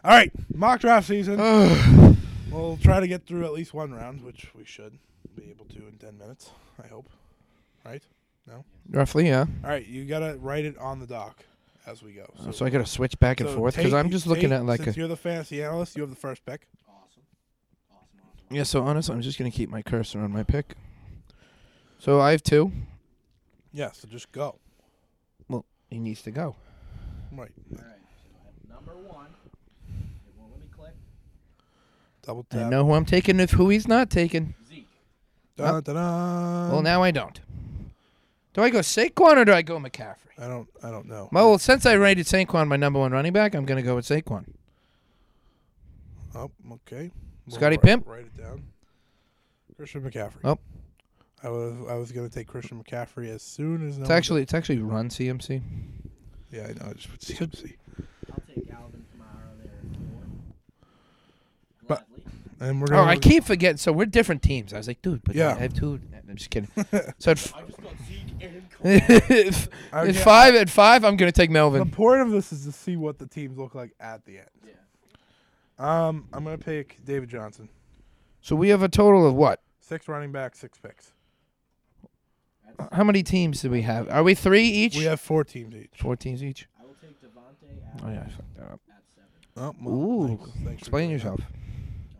F: right, mock draft season.
E: Oh.
F: we'll try to get through at least one round, which we should be able to in ten minutes. I hope. Right.
E: (sighs) Roughly, yeah.
F: All right, you gotta write it on the dock as we go.
E: Oh, So, I got to switch back and
F: so
E: forth because
F: take-
E: I'm just looking
F: take-
E: at like
F: since
E: a.
F: you're the fantasy analyst, you have the first pick.
E: Yeah, so honestly, I'm just gonna keep my cursor on my pick. So I have two.
F: Yeah, so just go.
E: Well, he needs to go.
F: Right.
G: Number one. It won't let me click.
F: Double
E: I
F: tap.
E: know who I'm taking if who he's not taking.
G: Zeke.
F: Dun, dun, dun.
E: well, now I don't. Do I go Saquon or do I go McCaffrey?
F: I don't. I don't know.
E: Well, since I rated Saquon my number one running back, I'm gonna go with Saquon.
F: Oh, okay. We'll
E: Scotty
F: write-
E: Pimp?
F: Write it down. Christian McCaffrey.
E: Oh.
F: I was I was gonna take Christian McCaffrey as soon as. No
E: It's
F: one-
E: actually it's actually run CMC.
F: Yeah, I know. I just put CMC.
G: I'll take Alvin Kamara there.
F: But-
G: Gladly.
F: And we're
E: Oh,
F: gonna.
E: I keep forgetting. So we're different teams. I was like, dude, but
F: Yeah.
E: I have two. I'm just kidding. so at f-
G: I just got Zeke
E: (laughs)
G: and
E: if,
F: I-
E: at five at five, I'm gonna take
F: The
E: Melvin.
F: point of this is to see what the teams look like at the end. Um, I'm gonna pick David Johnson.
E: So we have a total of what?
F: Six running backs, six picks.
E: How many teams do we have? Are we three each?
F: We have four teams each.
E: four teams each.
G: I will take Devontae at,
E: Oh yeah, I fucked that up.
G: at
F: Oh,
G: seven.
F: well,
E: Ooh,
F: thanks- thanks for
E: explain
F: doing that.
E: yourself.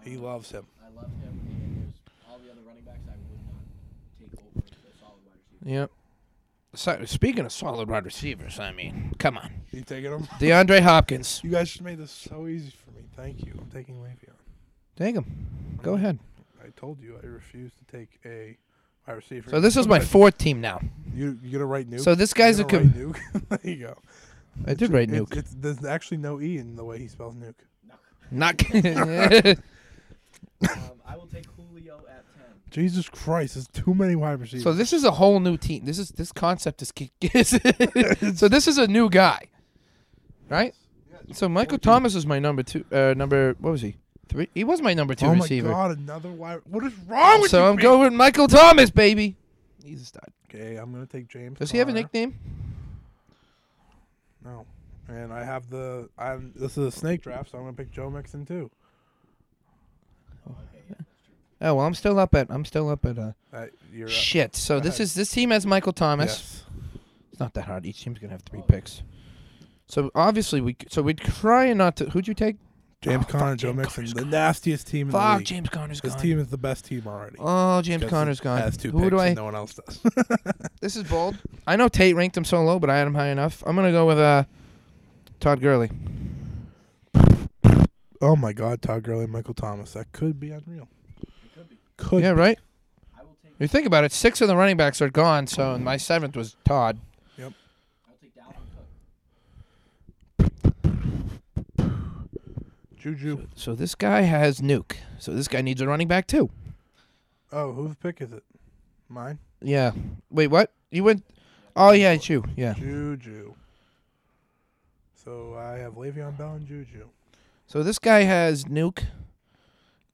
F: He loves him.
G: I love him, and there's all the other running backs I would not take over a solid wide receiver.
E: Yep. So, speaking of solid wide receivers, I mean, come on,
F: You taking him?
E: DeAndre Hopkins.
F: You guys just made this so easy for me. Thank you. I'm taking Le'Veon.
E: Take him. Go ahead.
F: I told you I refuse to take a wide receiver.
E: So this is my
F: Okay.
E: fourth team now.
F: You you gonna write nuke?
E: So this guy's
F: You
E: a
F: gonna
E: com-
F: write nuke. (laughs) there you go.
E: I did write
F: It's-
E: Nuke.
F: It's, there's actually no e in the way he spells nuke.
E: (laughs) (laughs) Not.
G: Um, I will take Julio at ten.
F: Jesus Christ! There's too many wide receivers.
E: so this is a whole new team. This is this concept is. (laughs) ki- is- so this is a new guy, right? So Michael Thomas is my number two. Uh, number what was he? Three. He was my number two
F: oh
E: receiver.
F: my God! Another wide. What is wrong with
E: So
F: you?
E: I'm
F: people?
E: going with Michael Thomas, baby. He's a stud.
F: Okay, I'm gonna take James.
E: Does he have a
F: Conner.
E: nickname?
F: No. And I have the. I'm. This is a snake draft, so I'm gonna pick Joe Mixon too.
E: Oh well, I'm still up at I'm still up at uh,
F: Uh, you're up.
E: shit. So this
F: ahead.
E: is this team has Michael Thomas.
F: Yes. Oh.
E: It's not that hard. Each team's gonna have three picks. So obviously we c- so we'd try not to. Who'd you take?
F: James
E: Oh,
F: Conner,
E: fuck,
F: Joe
E: James
F: Mixon,
E: Conner's
F: the nastiest team in the
E: Fuck,
F: league.
E: James Conner's
F: This
E: gone.
F: team is the best team already.
E: oh, James
F: Because
E: Conner's
F: it
E: gone.
F: Has two
E: Who
F: picks
E: do I?
F: And no one else does.
E: (laughs) This is bold. I know Tate ranked him so low, but I had him high enough. I'm gonna go with uh, Todd Gurley.
F: oh my God, Todd Gurley, and Michael Thomas. That could be unreal. Could
E: Yeah, right.
G: I will take
E: You think about it. Six of the running backs are gone. So my seventh was Todd.
G: I will take Dalvin Cook.
F: Juju.
E: So this guy has Nuke. So this guy needs a running back too.
F: Oh, whose pick is it? Mine.
E: Yeah. Wait, what? You went? Oh yeah, it's you. Yeah.
F: Juju. So I have Le'Veon Bell and Juju.
E: So this guy has nuke,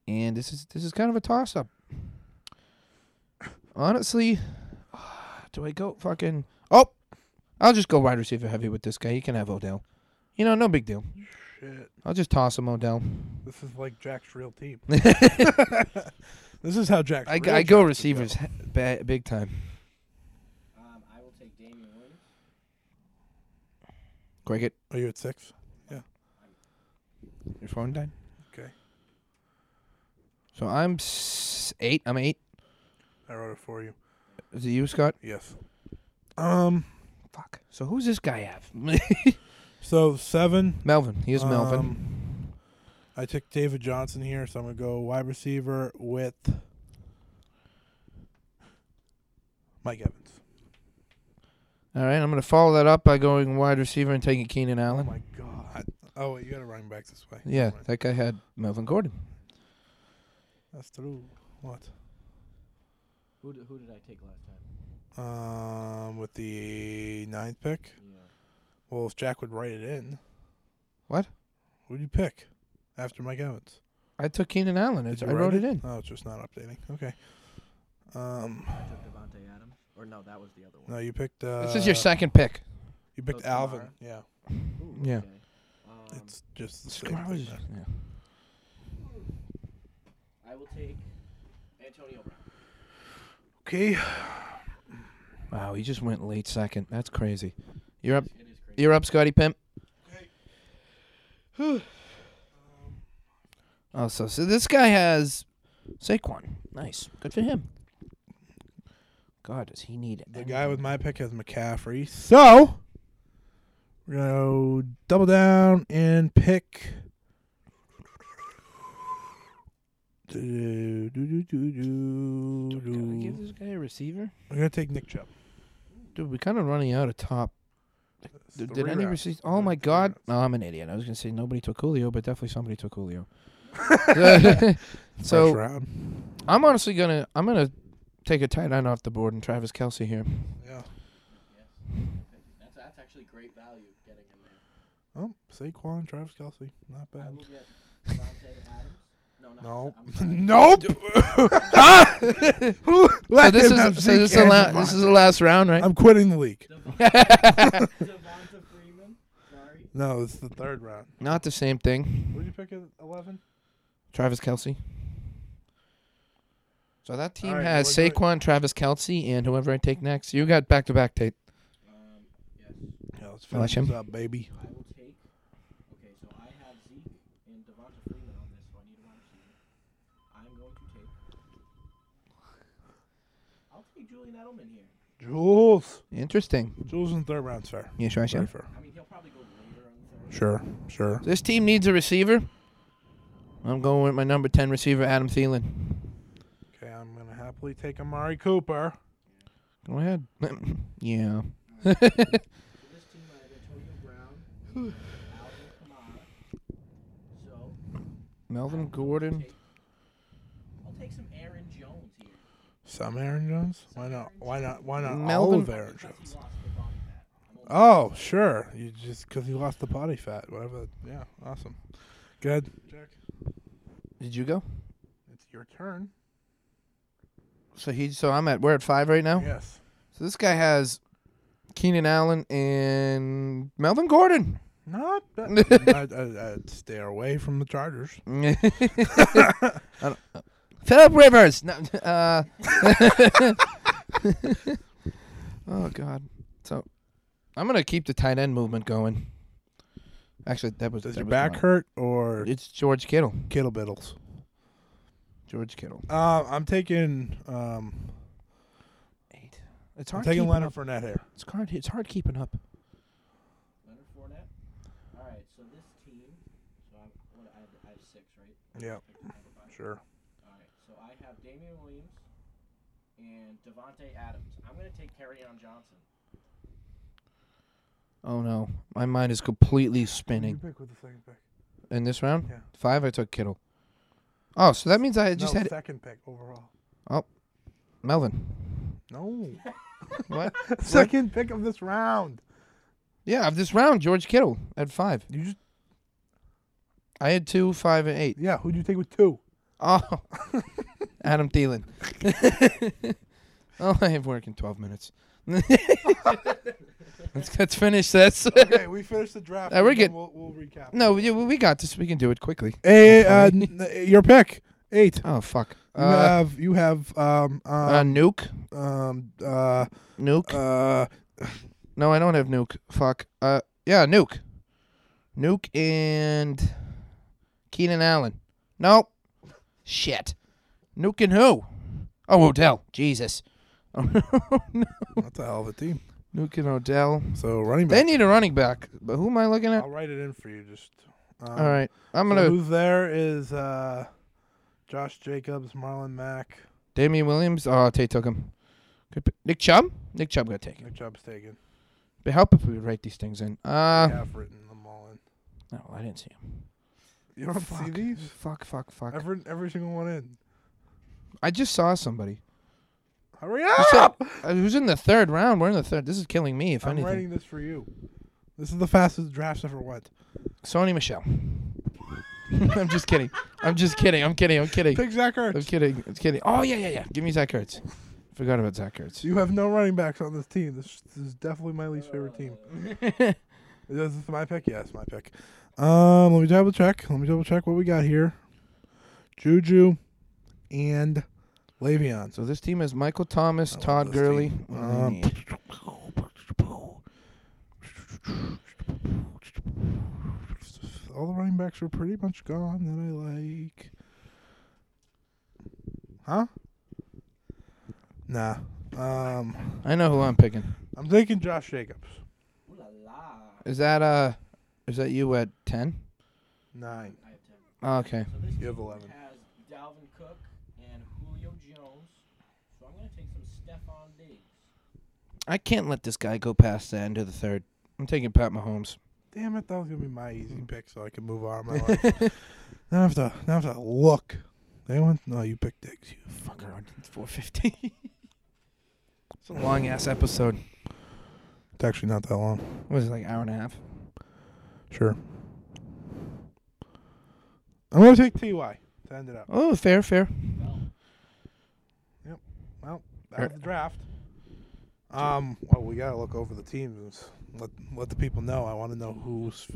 E: and this is this is kind of a toss up. Honestly, (sighs) do I go fucking? Oh, I'll just go wide receiver heavy with this guy. He can have Odell. You know, no big deal.
F: Shit.
E: I'll just toss him Odell.
F: This is like Jack's real team.
E: (laughs)
F: (laughs) this is how Jack's
E: I,
F: real
E: I go
F: draft would
E: receivers he- ba- big time.
G: Um, I will take Damian Williams.
E: Cricket,
F: Are you at six?
E: your phone died.
F: Okay.
E: So I'm s- eight. I'm eight.
F: I wrote it for you.
E: Is it you, Scott?
F: Yes. Um.
E: Fuck. So who's this guy (laughs) have?
F: So seven.
E: Melvin. He is Melvin.
F: Um, I took David Johnson here, so I'm gonna go wide receiver with Mike Evans.
E: All right. I'm gonna follow that up by going wide receiver and taking Keenan
F: Oh
E: Allen.
F: my god. Oh wait, you got a running back this way.
E: Yeah,
F: Never mind.
E: that guy had Melvin Gordon.
F: that's true. What?
G: Who did, who did I take last time?
F: Um, with the ninth pick. Well, if Jack would write it in,
E: What?
F: who'd you pick after Mike Evans?
E: I took Keenan Allen. It's,
F: Did
E: I
F: you
E: wrote
F: write
E: it in.
F: Oh, it's just not updating. Okay. Um,
G: I took Devontae Adams. Or no, that was the other one.
F: no, you picked. Uh,
E: this is your second pick.
F: You picked
G: Oh,
F: Alvin.
G: Kamara.
F: Yeah,
G: Ooh,
E: yeah.
G: okay. Um,
F: it's just the same
E: Squirrels.
F: thing.
E: Yeah.
F: there.
G: I will take Antonio Brown.
F: Okay.
E: Wow, he just went late second. That's crazy. You're up.
G: It is crazy.
E: You're up, Scotty Pimp. (sighs) Oh, so so this guy has Saquon. Nice. Good for him. God, does he need it?
F: The guy with my pick has McCaffrey. So we're gonna go double down and pick. Do, do, do, do, do,
E: Can we
F: do.
E: give this guy a receiver?
F: We're gonna take Nick Chubb.
E: Dude, we're kind of running out of top. Did, did
F: Three
E: any
F: rounds.
E: receive? Oh
F: Yeah,
E: my
F: three
E: God!
F: rounds.
E: No, I'm an idiot. I was gonna say nobody took Julio, but definitely somebody took
F: (laughs)
E: Julio. (laughs)
F: First
E: so
F: round.
E: I'm honestly gonna I'm gonna take a tight end off the board and Travis Kelsey here.
F: Yeah.
G: That's, that's actually great value getting him there.
F: Oh, Saquon, Travis Kelsey, not
G: I
F: bad.
G: will get Devontae Adams. No, not
F: No, (laughs)
G: I'm sorry.
F: nope.
E: So
F: (laughs) Let
E: this
F: him have
E: is so this is the
F: Zeke
E: la-
F: and
E: this is
F: Devontae.
E: the last round, right?
F: I'm quitting the league. (laughs)
G: Devonta Freeman. Sorry.
F: No, it's the third round.
E: (laughs) Not the same thing.
F: Would you pick at eleven?
E: Travis Kelsey. So that team
F: Alright,
E: has
F: we're doing-
E: Saquon, Travis Kelsey, and whoever I take next. You got back to back tape.
F: Yeah, let's
E: I like
F: finish this
E: him.
F: up, baby.
G: I will take. Okay, so I have Zeke and Devonta Freeman on this, so I need a wide receiver. I'm going to take. I'll take Julian Edelman here.
F: Jules.
E: Interesting.
F: Jules in the third round's fair.
E: Yeah, sure,
F: Very
E: sure.
F: fair.
G: I mean, he'll probably go later on the third.
F: Sure, sure.
E: This team needs a receiver. I'm going with my number ten receiver, Adam Thielen.
F: Okay, I'm gonna happily take Amari Cooper.
E: Go ahead. (laughs) yeah. (laughs)
G: For this team, I have Antonio Brown, Alvin Kamara. So
E: Melvin Gordon.
G: I'll take some Aaron Jones here.
F: Some Aaron Jones. Why not? Why not? Why not all
E: Melvin-
F: of Aaron
G: Plus,
F: Jones?
G: he lost the body fat. I'm only
F: Oh, sure. You just because he lost the body fat, whatever. Yeah, awesome. Good. Jack,
E: Did you go?
F: it's your turn.
E: So he. So I'm at. We're at five right now.
F: Yes.
E: So this guy has Keenan Allen and Melvin Gordon. (laughs)
F: Not. Bad. I'd, I'd, I'd stay away from the Chargers.
E: I don't- uh, Philip Rivers. No, (laughs) uh, oh God. So I'm gonna keep the tight end movement going. Actually, that was.
F: Does
E: that
F: your
E: was
F: back
E: mine.
F: hurt or
E: It's George Kittle.
F: Kittle Biddles?
E: George Kittle.
F: Uh, I'm taking. Um,
E: Eight. It's
F: I'm
E: hard.
F: taking
E: keeping
F: Leonard
E: up.
F: Fournette here.
E: It's hard. It's hard keeping up.
G: Leonard Fournette. All right, so this team. So I'm, what, I, have, I have six, right?
F: Yeah,
G: All
F: sure.
G: right, so I have Damian Williams and Devonte Adams. I'm gonna take on Johnson.
E: Oh no, my mind is completely spinning.
F: pick with the second pick?
E: In this round,
F: Yeah.
E: five, I took Kittle. Oh, so that means I just
F: no,
E: had
F: second pick overall. (laughs)
E: Melvin.
F: No,
E: What?
F: second pick of this round.
E: yeah, of this round, George Kittle at five.
F: You just
E: I had two, five, and eight.
F: yeah. Who'd you take with two? (laughs)
E: Oh, Adam Thielen. oh, I have work in 12
F: (laughs)
E: minutes. let's, let's finish this. (laughs)
F: Okay, we finished the draft.
E: Uh, we're
F: and then
E: good.
F: We'll, we'll recap.
E: no, we, we got this. We can do it quickly.
F: Hey, uh, n- n- your pick eight.
E: Oh, fuck.
F: You
E: Uh,
F: have you have um
E: uh,
F: um
E: nuke.
F: um uh
E: Nuke.
F: uh
E: no, I don't have nuke. Fuck. Uh, yeah, nuke. Nuke and Keenan Allen. Nope. Shit. Nuke and who? Oh, Odell. Jesus. (laughs)
F: that's a hell of a team.
E: Nuke and Odell.
F: So running
E: They
F: back.
E: need a running back, but who am I looking at?
F: I'll write it in for you. Just um,
E: uh, All right, I'm
F: so
E: gonna
F: who's there is uh Josh Jacobs, Marlon Mack,
E: Damian Williams. Oh, Tate took him. Good p- Nick Chubb. Nick Chubb got taken.
F: Nick Chubb's taken.
E: But help if we would write these things in. Uh,
F: We have written them all in.
E: no, I didn't see him.
F: You don't see
E: Fuck.
F: these?
E: Fuck, fuck, fuck.
F: I've written every single one in.
E: I just saw somebody.
F: Hurry
E: Who's
F: up!
E: who's Ah! in the third round? We're in the third. This is killing me. If
F: I'm
E: anything,
F: writing this for you. This is the fastest drafts ever went.
E: Sony Michelle. (laughs) I'm just kidding. I'm just kidding. I'm kidding. I'm kidding.
F: Pick Zach
E: I'm
F: Ertz.
E: kidding. I'm kidding. Oh yeah, yeah, yeah. Give me Zach Ertz. Forgot about Zach Ertz.
F: You have no running backs on this team. This, this is definitely my least favorite team. is this my pick? Yes, my pick. Um, let me double check. Let me double check what we got here. Juju and Le'Veon.
E: So this team is Michael Thomas,
F: love
E: Todd
F: this
E: Gurley.
F: team.
E: What do they
F: Um,
E: need?
F: All the running backs are pretty much gone that I like. Huh? Nah. Um,
E: I know who I'm picking.
F: I'm thinking Josh Jacobs.
E: Is that uh, is that you at ten? Oh,
F: Nine.
E: Okay.
F: You have eleven.
G: Has Dalvin Cook and Julio Jones. So I'm gonna take some Stephon Diggs.
E: I can't let this guy go past the end of the third. I'm taking Pat Mahomes.
F: Damn it, that was gonna be my
E: Hmm.
F: easy pick, so I can move
E: (laughs)
F: on. with My life. now I have to. Now I have to look. They went. No, you picked Diggs. You fucker.
E: (laughs) Four fifty. (laughs) It's a long ass episode.
F: It's actually not that long.
E: What was it like hour and a half?
F: Sure. I'm gonna take Ty to end it up.
E: Oh, fair, fair.
F: Well,
E: Er-
F: that was the draft. Um. Well, we gotta look over the teams. Let let the people know. I want to know who's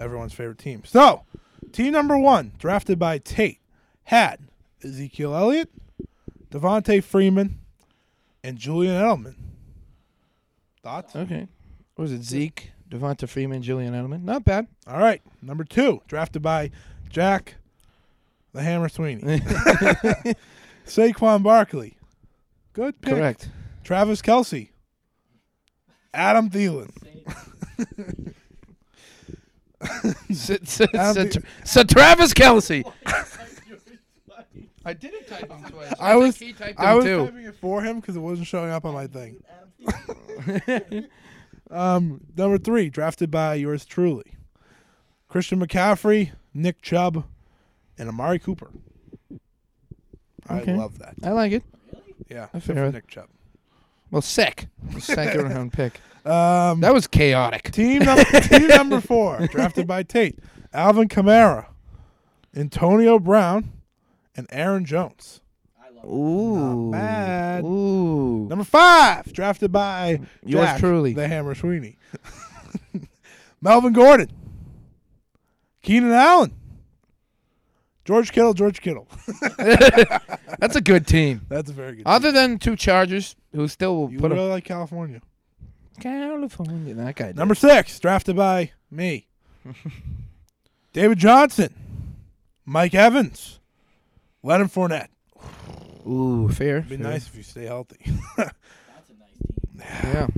F: everyone's favorite team. So, team number one, drafted by Tate, had Ezekiel Elliott, Devontae Freeman, and Julian Edelman. Thoughts?
E: Okay. What was it? Zeke, Devonta Freeman, Julian Edelman. Not bad.
F: All right. Number two, drafted by Jack the Hammer (laughs) Sweeney. Saquon Barkley. Good pick.
E: (laughs) Correct.
F: Travis Kelsey. Adam Thielen.
E: Sir Sir-
F: I
E: Sir-
F: don't think-
E: Sir Travis Kelsey. (laughs) I didn't type him twice.
F: I was
E: he typed
F: I
E: him
F: was
E: too.
F: typing it for him because it wasn't showing up on my thing. (laughs) um, number three, drafted by yours truly, Christian McCaffrey, Nick Chubb, and Amari Cooper. I
E: Okay.
F: love that.
E: I like it.
F: Yeah,
E: I
F: except
E: figure
F: for
E: it.
F: Nick Chubb.
E: Well, sick. Second round (laughs) pick.
F: Um,
E: That was chaotic.
F: Team number, team number four, (laughs) drafted by Tate, Alvin Kamara, Antonio Brown, and Aaron Jones.
E: Ooh.
F: bad.
E: Ooh.
F: Number five, drafted by
E: Yours
F: Jack,
E: truly.
F: the Hammer Sweeney, (laughs) Melvin Gordon, Keenan Allen, George Kittle, George Kittle. (laughs)
E: That's a good team.
F: That's a very good.
E: Other than two Chargers, who still will
F: team. you
E: put
F: really
E: a
F: like California.
E: California. That guy. did.
F: Number six, drafted by
E: (laughs)
F: me, David Johnson, Mike Evans, Leonard Fournette.
E: Ooh, fair.
F: It'd be
E: fair.
F: nice if you stay healthy.
E: Yeah.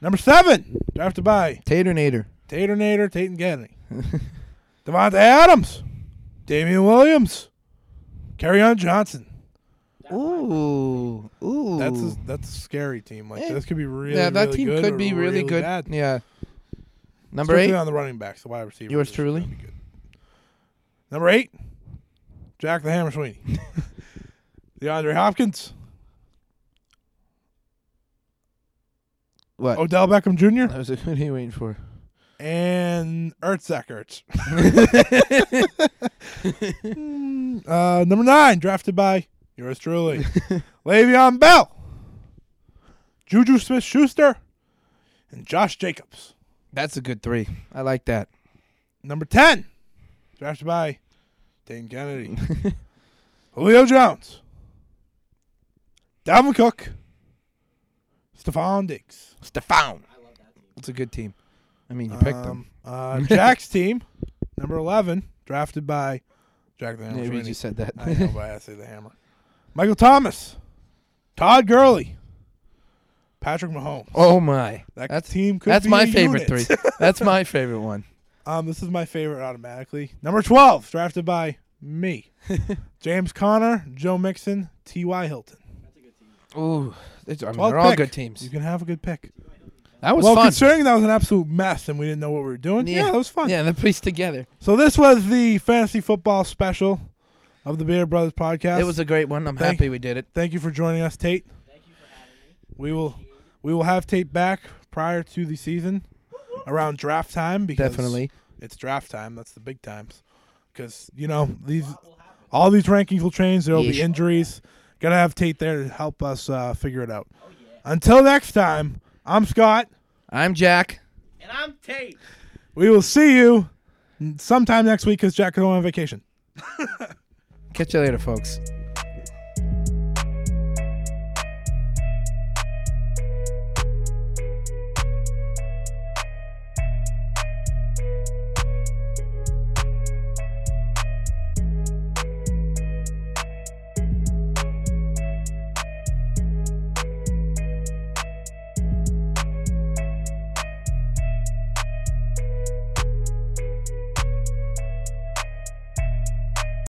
F: Number seven, drafted by
E: Tater Nader.
F: Tater Nader, Tate
E: (laughs)
F: and Kennedy. Devontae Adams, Damian Williams, on Johnson.
E: Ooh. Ooh.
F: That's a, that's a scary team. Like
E: Eh.
F: this could be really,
E: yeah, that
F: really
E: team
F: good
E: could
F: or
E: be really, good.
F: bad.
E: Yeah. Number
F: Especially
E: eight.
F: on the running backs, the wide receivers.
E: Yours
F: is
E: truly.
F: gonna be good. Number eight, Jack the Hammer
E: (laughs)
F: Sweeney, DeAndre Hopkins,
E: (laughs) What?
F: Odell Beckham Jr.,
E: I was like, what are you waiting for?
F: and
E: (laughs)
F: Ertzak Ertz. (laughs) Mm, uh, number nine, drafted by
E: (laughs)
F: yours truly, Le'Veon Bell, Juju Smith Schuster, and Josh Jacobs.
E: That's a good three. I like that.
F: Number 10, drafted by
E: (laughs)
F: Dane Kennedy, Julio Jones, Dalvin Cook, Stephon Diggs.
E: Stefan. That's a good team. I mean, you picked them.
F: Uh,
E: (laughs)
F: Jack's team, number 11, drafted by Jack the Hammer.
E: Maybe you
F: Sweeney.
E: just said that.
F: I know, but I say the hammer. Michael Thomas, Todd Gurley, Patrick Mahomes.
E: (laughs) oh my.
F: That
E: that's
F: team could
E: that's
F: be
E: my
F: a
E: favorite
F: unit.
E: (laughs) three. That's my favorite one.
F: Um, this is my favorite automatically. Number twelve, drafted by
E: (laughs)
F: me, James Conner, Joe Mixon, T.Y. Hilton.
E: Ooh, it's- I mean,
F: Well
E: they're all
F: picked.
E: good
F: You
E: teams.
F: can have a good pick.
E: That was
F: well,
E: fun.
F: considering that was an absolute mess and we didn't know what we were doing, yeah, that was fun.
E: Yeah, they're pieced together.
F: So this was the fantasy football special of the Beer Brothers podcast.
E: It was a great one. I'm
F: Thank-
E: happy we did it.
F: Thank you for joining us, Tate. Thank you for having me. We will we will have Tate back prior to the season around draft time because
E: Definitely.
F: it's draft time. That's the big times because you know these all these rankings will change. There will be
E: Yeah.
F: injuries. Gotta have Tate there to help us uh, figure it out. Until next time, I'm Scott.
E: I'm Jack.
G: And I'm Tate.
F: We will see you sometime next week because Jack is going on vacation.
E: Catch you later, folks.